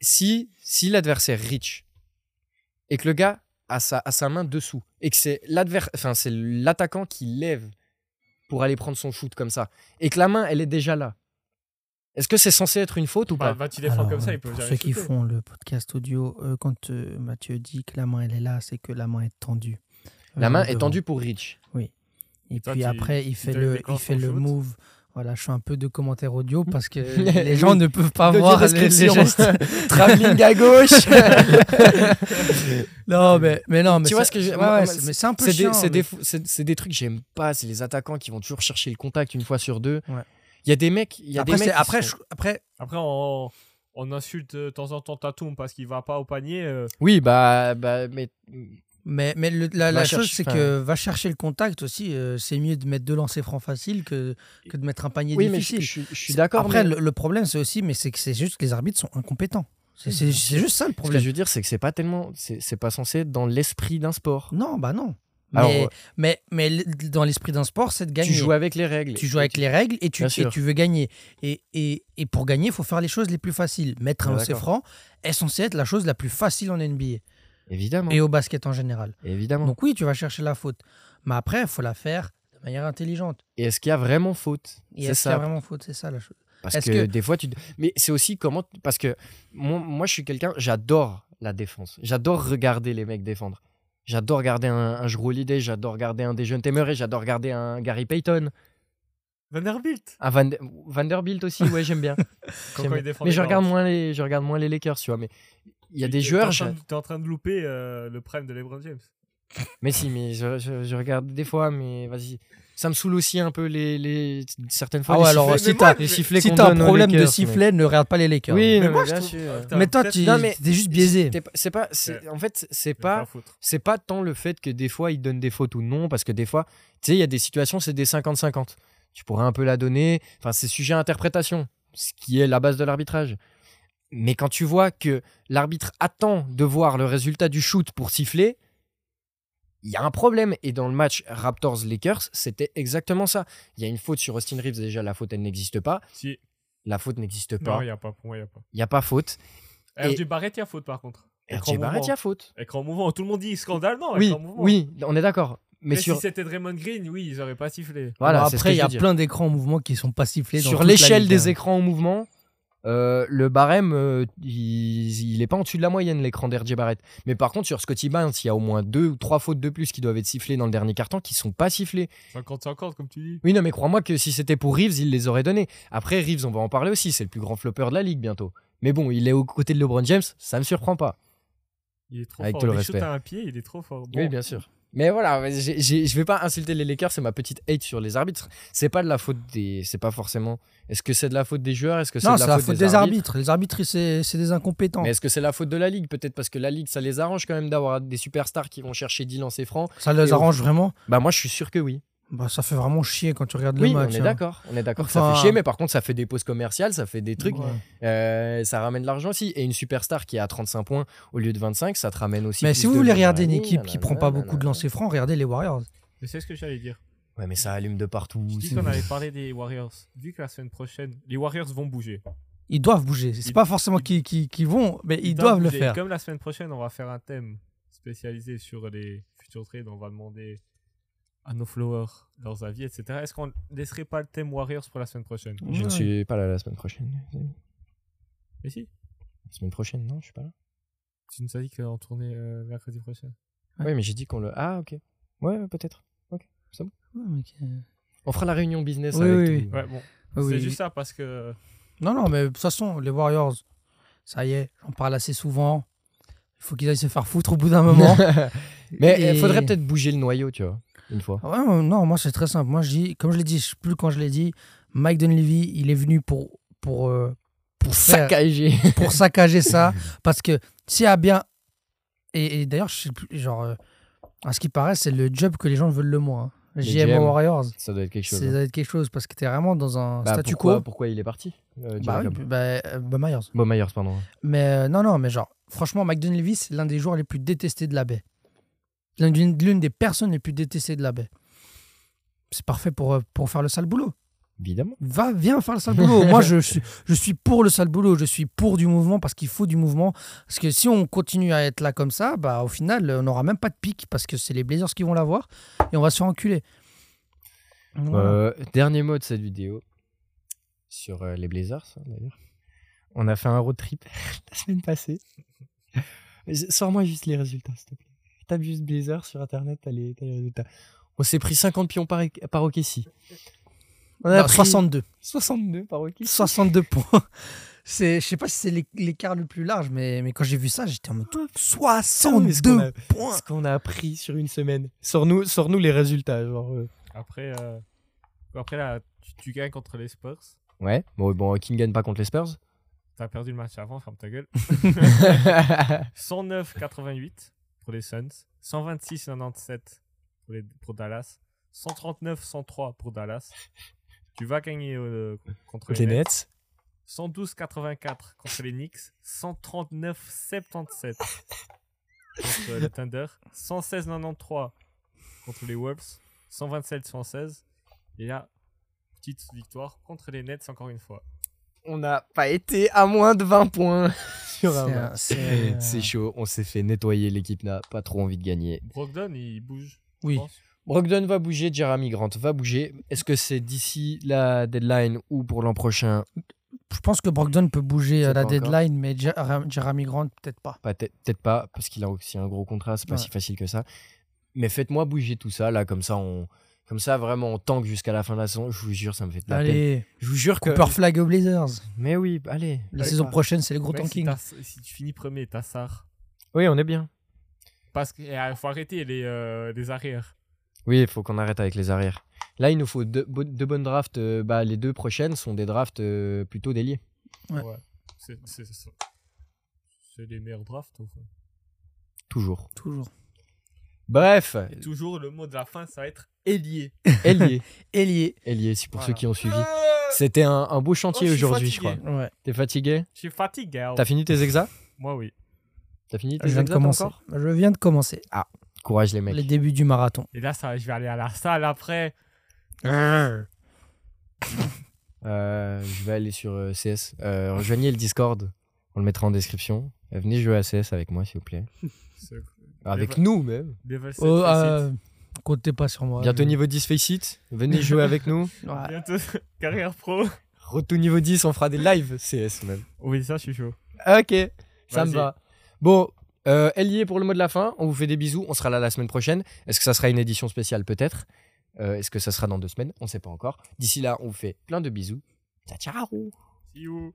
si, si l'adversaire reach et que le gars a sa, a sa main dessous et que c'est l'adver- enfin, c'est l'attaquant qui lève pour aller prendre son shoot comme ça et que la main elle est déjà là, est-ce que c'est censé être une faute ou
Bah,
pas
Va-tu défendre
Alors,
comme ça
euh,
Ils peuvent
pour
jamais
ceux qui
shooter.
font le podcast audio, euh, quand euh, Mathieu dit que la main elle est là, c'est que la main est tendue.
La
Euh,
main est
devant.
tendue pour reach.
Et
Toi,
puis
tu-
après, il fait
t'as une
le, il
décoration
fait le
shoot
move. Voilà, je fais un peu de commentaire
<laughs>
audio parce que les gens ne peuvent pas
Audio
voir les, les
description. <laughs>
gestes. <laughs>
Travelling à gauche <laughs>
Non, mais, mais non, mais
Tu vois
ça-
ce que je-
ouais,
moi,
ouais,
moi,
c'est-
c'est-
mais c'est un peu
C'est
chiant.
des, c'est
mais-
des fou- c'est- c'est des trucs que j'aime pas, c'est les attaquants qui vont toujours chercher le contact une fois sur deux. Il
Ouais.
y a des mecs. il Y a
Après,
des mecs
c'est-
qui
après,
sont-
je- après,
Après, on, on insulte euh, de temps en temps Tatum parce qu'il va pas au panier. euh,
Oui, bah, bah mais
mais, mais le- la, la
Va
chose
chercher-
c'est que va chercher le contact aussi. euh, c'est mieux de mettre deux lancers francs faciles que, que de mettre un panier
Oui, mais je,
difficile.
je- je suis
C'est-
d'accord.
Après,
mais
le, le problème, c'est aussi, mais c'est que c'est juste que les arbitres sont incompétents. C'est c'est- c'est juste ça le
ce que
problème.
je veux dire, c'est que c'est pas tellement, c'est c'est pas censé être dans l'esprit d'un sport.
Non, bah non. Mais,
Alors, euh,
mais, mais l- dans l'esprit d'un sport, c'est de gagner.
tu joues avec les règles.
Tu joues avec les règles et tu,
Bien
et
sûr.
tu veux gagner. Et, et, et pour gagner, il faut faire les choses les plus faciles. Mettre un
Ouais,
lancer
d'accord.
franc est censé être la chose la plus facile en NBA
Évidemment.
et au basket en général.
Évidemment.
Donc oui, tu vas chercher la faute. Mais après, il faut la faire de manière intelligente.
Et est-ce qu'il y a vraiment faute
Et
C'est
est-ce qu'il y a
ça.
vraiment faute C'est ça la chose.
Parce
est-ce
que,
que-
des fois, tu. Mais c'est aussi comment. Parce que moi, moi, je suis quelqu'un, j'adore la défense. J'adore regarder les mecs défendre. J'adore regarder un, un Jrue Holiday, j'adore regarder un Dejounte Murray, j'adore regarder un Gary Payton,
Vanderbilt
un Van- Vanderbilt aussi. Ouais, j'aime bien.
quand,
J'aime
quand
bien.
il défend
mais
les
je regarde
Hornets.
moins les, je regarde moins les Lakers, tu vois. Mais il y a
Tu-
des
t'es
joueurs.
en
j'a-
train de- T'es en train de louper euh, le prime de LeBron James.
Mais si, mais je, je- je regarde des fois, mais vas-y. Ça me saoule aussi un peu les, les- certaines fois.
Ah
les
ouais, alors
sifflets-
si
les
t'as
sifflets
si
qu'on
t'as un
donne aux
problème de
Lakers,
sifflet, ne regarde pas les
mais-
Lakers.
Oui,
Mais
mais
moi, je
bien
trouve-
sûr.
Putain,
Mais toi,
peut-être-
tu
Non, mais-
t'es juste biaisé.
T'es pas- C'est pas, c'est- en fait, c'est
Je vais me
pas,
faire foutre.
c'est pas tant le fait que des fois ils donnent des fautes ou non, parce que des fois, tu sais, il y a des situations, c'est des 50-50. Tu pourrais un peu la donner. Enfin, c'est sujet à interprétation, ce qui est la base de l'arbitrage. Mais quand tu vois que l'arbitre attend de voir le résultat du shoot pour siffler, il y a un problème. Et dans le match Raptors-Lakers, c'était exactement ça. Il y a une faute sur Austin Reeves. Déjà, la faute, elle n'existe pas.
Si.
La faute n'existe
Non,
pas.
il
Il
n'y a pas. Pour moi, il n'y a pas.
n'y a pas faute. Et-
RJ Barrett, il y a faute par contre. Écran
RJ Barrett, il y a faute.
mouvement. Écran mouvement. Tout le monde dit scandale, non
Oui,
écran mouvement.
oui, on est d'accord. mais
Mais
sur,
si c'était Draymond Green, oui, ils auraient pas sifflé.
voilà,
Bon,
c'est ce
après,
que
il y
je
a
veux dire.
plein d'écrans en mouvement qui sont pas sifflés. dans
sur
toute la
l'échelle
ligue,
des
hein.
écrans en mouvement, euh, le barème, euh, il, il est pas en dessus de la moyenne, l'écran d'RJ Barrett. Mais par contre, sur Scotty Barnes, il y a au moins deux ou trois fautes de plus qui doivent être sifflées dans le dernier carton qui sont pas sifflées.
50-50, comme tu dis.
Oui, non, mais crois-moi que si c'était pour Reeves, il les aurait données. Après, Reeves, on va en parler aussi, c'est le plus grand flopper de la ligue bientôt. Mais bon, il est aux côtés de LeBron James, ça me surprend pas.
Il est trop
Avec
fort.
tout le
Dès que
respect.
shoot à un pied, il est trop fort. Bon,
Oui, bien sûr. Mais voilà, j'ai- j'ai- je vais pas insulter les Lakers, c'est ma petite hate sur les arbitres. C'est pas de la faute des. C'est pas forcément. Est-ce que c'est de la faute des joueurs Est-ce que c'est de
Non,
la,
c'est la faute des arbitres. Les arbitres, c'est c'est des incompétents.
Mais est-ce que c'est la faute de la Ligue Peut-être parce que la Ligue, ça les arrange quand même d'avoir des superstars qui vont chercher 10 lancers francs.
Ça les
Et au-
arrange vraiment.
Bah, moi, je suis sûr que oui.
Bah, ça fait vraiment chier quand tu regardes
oui,
le match.
on est
hein.
d'accord. On est d'accord que ça
Enfin-
fait chier, mais par contre, ça fait des pauses commerciales, ça fait des trucs.
Ouais.
euh, ça ramène de l'argent aussi. Et une superstar qui est à 35 points au lieu de 25, ça te ramène aussi.
Mais
plus
si vous
de
voulez
nanani,
regarder une équipe qui
nanana,
prend pas beaucoup de
nanana.
lancers francs, regardez les Warriors.
Mais c'est ce que j'allais dire.
Ouais, mais ça allume de partout.
Je dis
c'est-
qu'on avait parlé des Warriors. Vu que la semaine prochaine, les Warriors vont bouger.
Ils doivent bouger. C'est
Ils-
pas forcément qu'ils qu'ils- qu'ils vont, mais ils, doivent, le
bouger. Et
faire.
Comme la semaine prochaine, on va faire un thème spécialisé sur les futurs trades. On va demander à nos followers leurs avis, etc. Est-ce qu'on laisserait pas le thème Warriors pour la semaine prochaine
Je ne
Ouais.
suis pas là la semaine prochaine. La
Mais si.
semaine prochaine, non, je suis pas là.
Tu nous as dit qu'on tournait euh, mercredi prochain.
Oui, mais j'ai dit qu'on le. Ah, ok. Ouais, ouais, peut-être.
Ouais, ok.
On fera la réunion business
Oui,
avec.
oui,
tout-
Ouais, bon. C'est
Oui.
juste ça parce que. euh,
Non, non, mais de toute façon, les Warriors, ça y est, j'en parle assez souvent. Il faut qu'ils aillent se faire foutre au bout
<laughs>
d'un moment.
mais il
Et-
faudrait peut-être bouger le noyau, tu vois, une
<laughs>
fois.
Ouais, ouais, non, moi c'est très simple. Moi je dis, comme je l'ai dit, je sais plus quand je l'ai dit, Mike Dunleavy, il est venu pour pour euh, pour faire-
Saccagé.
pour
<laughs>
saccager ça, parce que s'il y a bien et, et d'ailleurs je sais plus, genre euh, à ce qui paraît, c'est le job que les gens veulent le moins. hein.
Les
JM
GM,
aux Warriors,
Ça doit être quelque chose.
c'est
hein.
doit être quelque chose parce que t'es vraiment dans un
Bah,
statu
pourquoi,
quo.
pourquoi il est parti euh,
Bah, oui,
Jacob
bah, euh, bah, Myers.
Bon, Myers, pardon. hein.
Mais euh, non, non, mais genre, franchement, Mike Dunleavy, c'est l'un des joueurs les plus détestés de la baie. L'un d'une- L'une des personnes les plus détestées de la baie. C'est parfait pour, euh, pour faire le sale boulot.
Évidemment.
Va, viens faire le sale boulot. Moi, je suis, je suis pour le sale boulot. Je suis pour du mouvement parce qu'il faut du mouvement. Parce que si on continue à être là comme ça, bah, au final, on n'aura même pas de pique parce que c'est les Blazers qui vont l'avoir et on va se faire enculer. Voilà.
Euh, dernier mot de cette vidéo sur euh, les Blazers, hein, d'ailleurs. On a fait un road trip <laughs> la semaine passée. Je- Sors-moi juste les résultats, s'il te plaît. Tape juste Blazers sur internet, t'as les, t'as les résultats. On s'est pris 50 pions par, par OKC. On a
Non,
pris
62.
62 par OKC.
62 points. <laughs> C'est, je sais pas si c'est l'é- l'écart le plus large, mais, mais quand j'ai vu ça, j'étais en
Ah,
mode
mais ce qu'on a-
62 points.
Ce qu'on a appris sur une semaine. Sors-nous sors les résultats. Genre, euh.
Après, euh, après là, tu, tu gagnes contre les Spurs.
Ouais, bon, euh, bon King gagne pas contre les Spurs.
T'as perdu le match avant, ferme ta gueule.
<laughs> ouais,
109-88 pour les Suns. 126-97 pour, les- pour Dallas. 139-103 pour Dallas. Tu vas gagner euh, contre les,
les
Nets.
Nets.
112-84 contre les Knicks. 139-77 contre les Thunder. 116-93 contre les Wolves. 127-116. Et là, petite victoire contre les Nets encore une fois.
On n'a pas été à moins de 20 points <laughs> sur un
C'est
match. <laughs>
un- c'est un-
C'est chaud, on s'est fait nettoyer, l'équipe n'a pas trop envie de gagner.
Brogdon, il bouge. je
Oui.
pense.
Brogdon va bouger, Jeremy Grant va bouger. Est-ce que c'est d'ici la deadline ou pour l'an prochain
Je pense que Brogdon peut bouger
C'est
à la
pas encore.
deadline, mais Jer- Jeremy Grant, peut-être pas.
Pas- peut- Peut-être pas, parce qu'il a aussi un gros contrat, c'est pas
Ouais.
si facile que ça. Mais faites-moi bouger tout ça, là, comme ça, on... Comme ça, vraiment, on tank jusqu'à la fin de la saison. Je vous jure, ça me fait de la peine.
Allez,
Je vous jure que... bah,
Cooper Flag aux Blazers.
Mais oui, allez.
La saison prochaine, c'est le gros
Mec, si
tanking.
t'as- Si, tu finis premier, t'as Sar.
Oui, on est bien.
Parce qu'il faut arrêter les, euh, les arrières.
Oui, il faut qu'on arrête avec les arrières. Là, il nous faut deux, bo- deux bonnes drafts. euh, bah, les deux prochaines sont des drafts euh, plutôt déliés.
Ouais.
C'est- C'est c'est ça. C'est les meilleurs drafts. au fond.
Toujours.
Toujours.
<laughs> Bref,
Et toujours, le mot de la fin, ça va être ailier.
Ailier.
Ailier.
Ailier, c'est pour
Voilà.
ceux qui ont suivi.
Ah
C'était un, un beau chantier
Oh, je suis
aujourd'hui, je
fatigué.
crois.
Ouais.
T'es fatigué
Je suis fatigué. hein.
T'as fini tes exas
Moi, oui.
T'as fini tes
Je viens de
exas
commencer.
encore
Je viens de commencer.
Courage les mecs.
Les débuts du marathon.
Et là, ça, je vais aller à la salle après.
Euh, je vais aller sur euh, CS. Euh, rejoignez le Discord. On le mettra en description. Euh, venez jouer à CS avec moi, s'il vous plaît.
C'est-
Avec
va-
nous, même.
Level 7,
Oh,
facile.
euh, Comptez pas sur moi.
Bientôt
je-
niveau 10 Faceit, venez jouer avec nous.
Ouais.
Bientôt, <laughs> carrière pro.
Retour niveau 10, on fera des lives CS même.
Oui, ça, je suis chaud.
Ok, ça me
Vas-y.
va. Bon, euh, Ellié pour le mot de la fin, on vous fait des bisous, on sera là la semaine prochaine. Est-ce que ça sera une édition spéciale peut-être Euh, Est-ce que ça sera dans deux semaines On ne sait pas encore. D'ici là, on vous fait plein de bisous. Ciao, ciao
See you.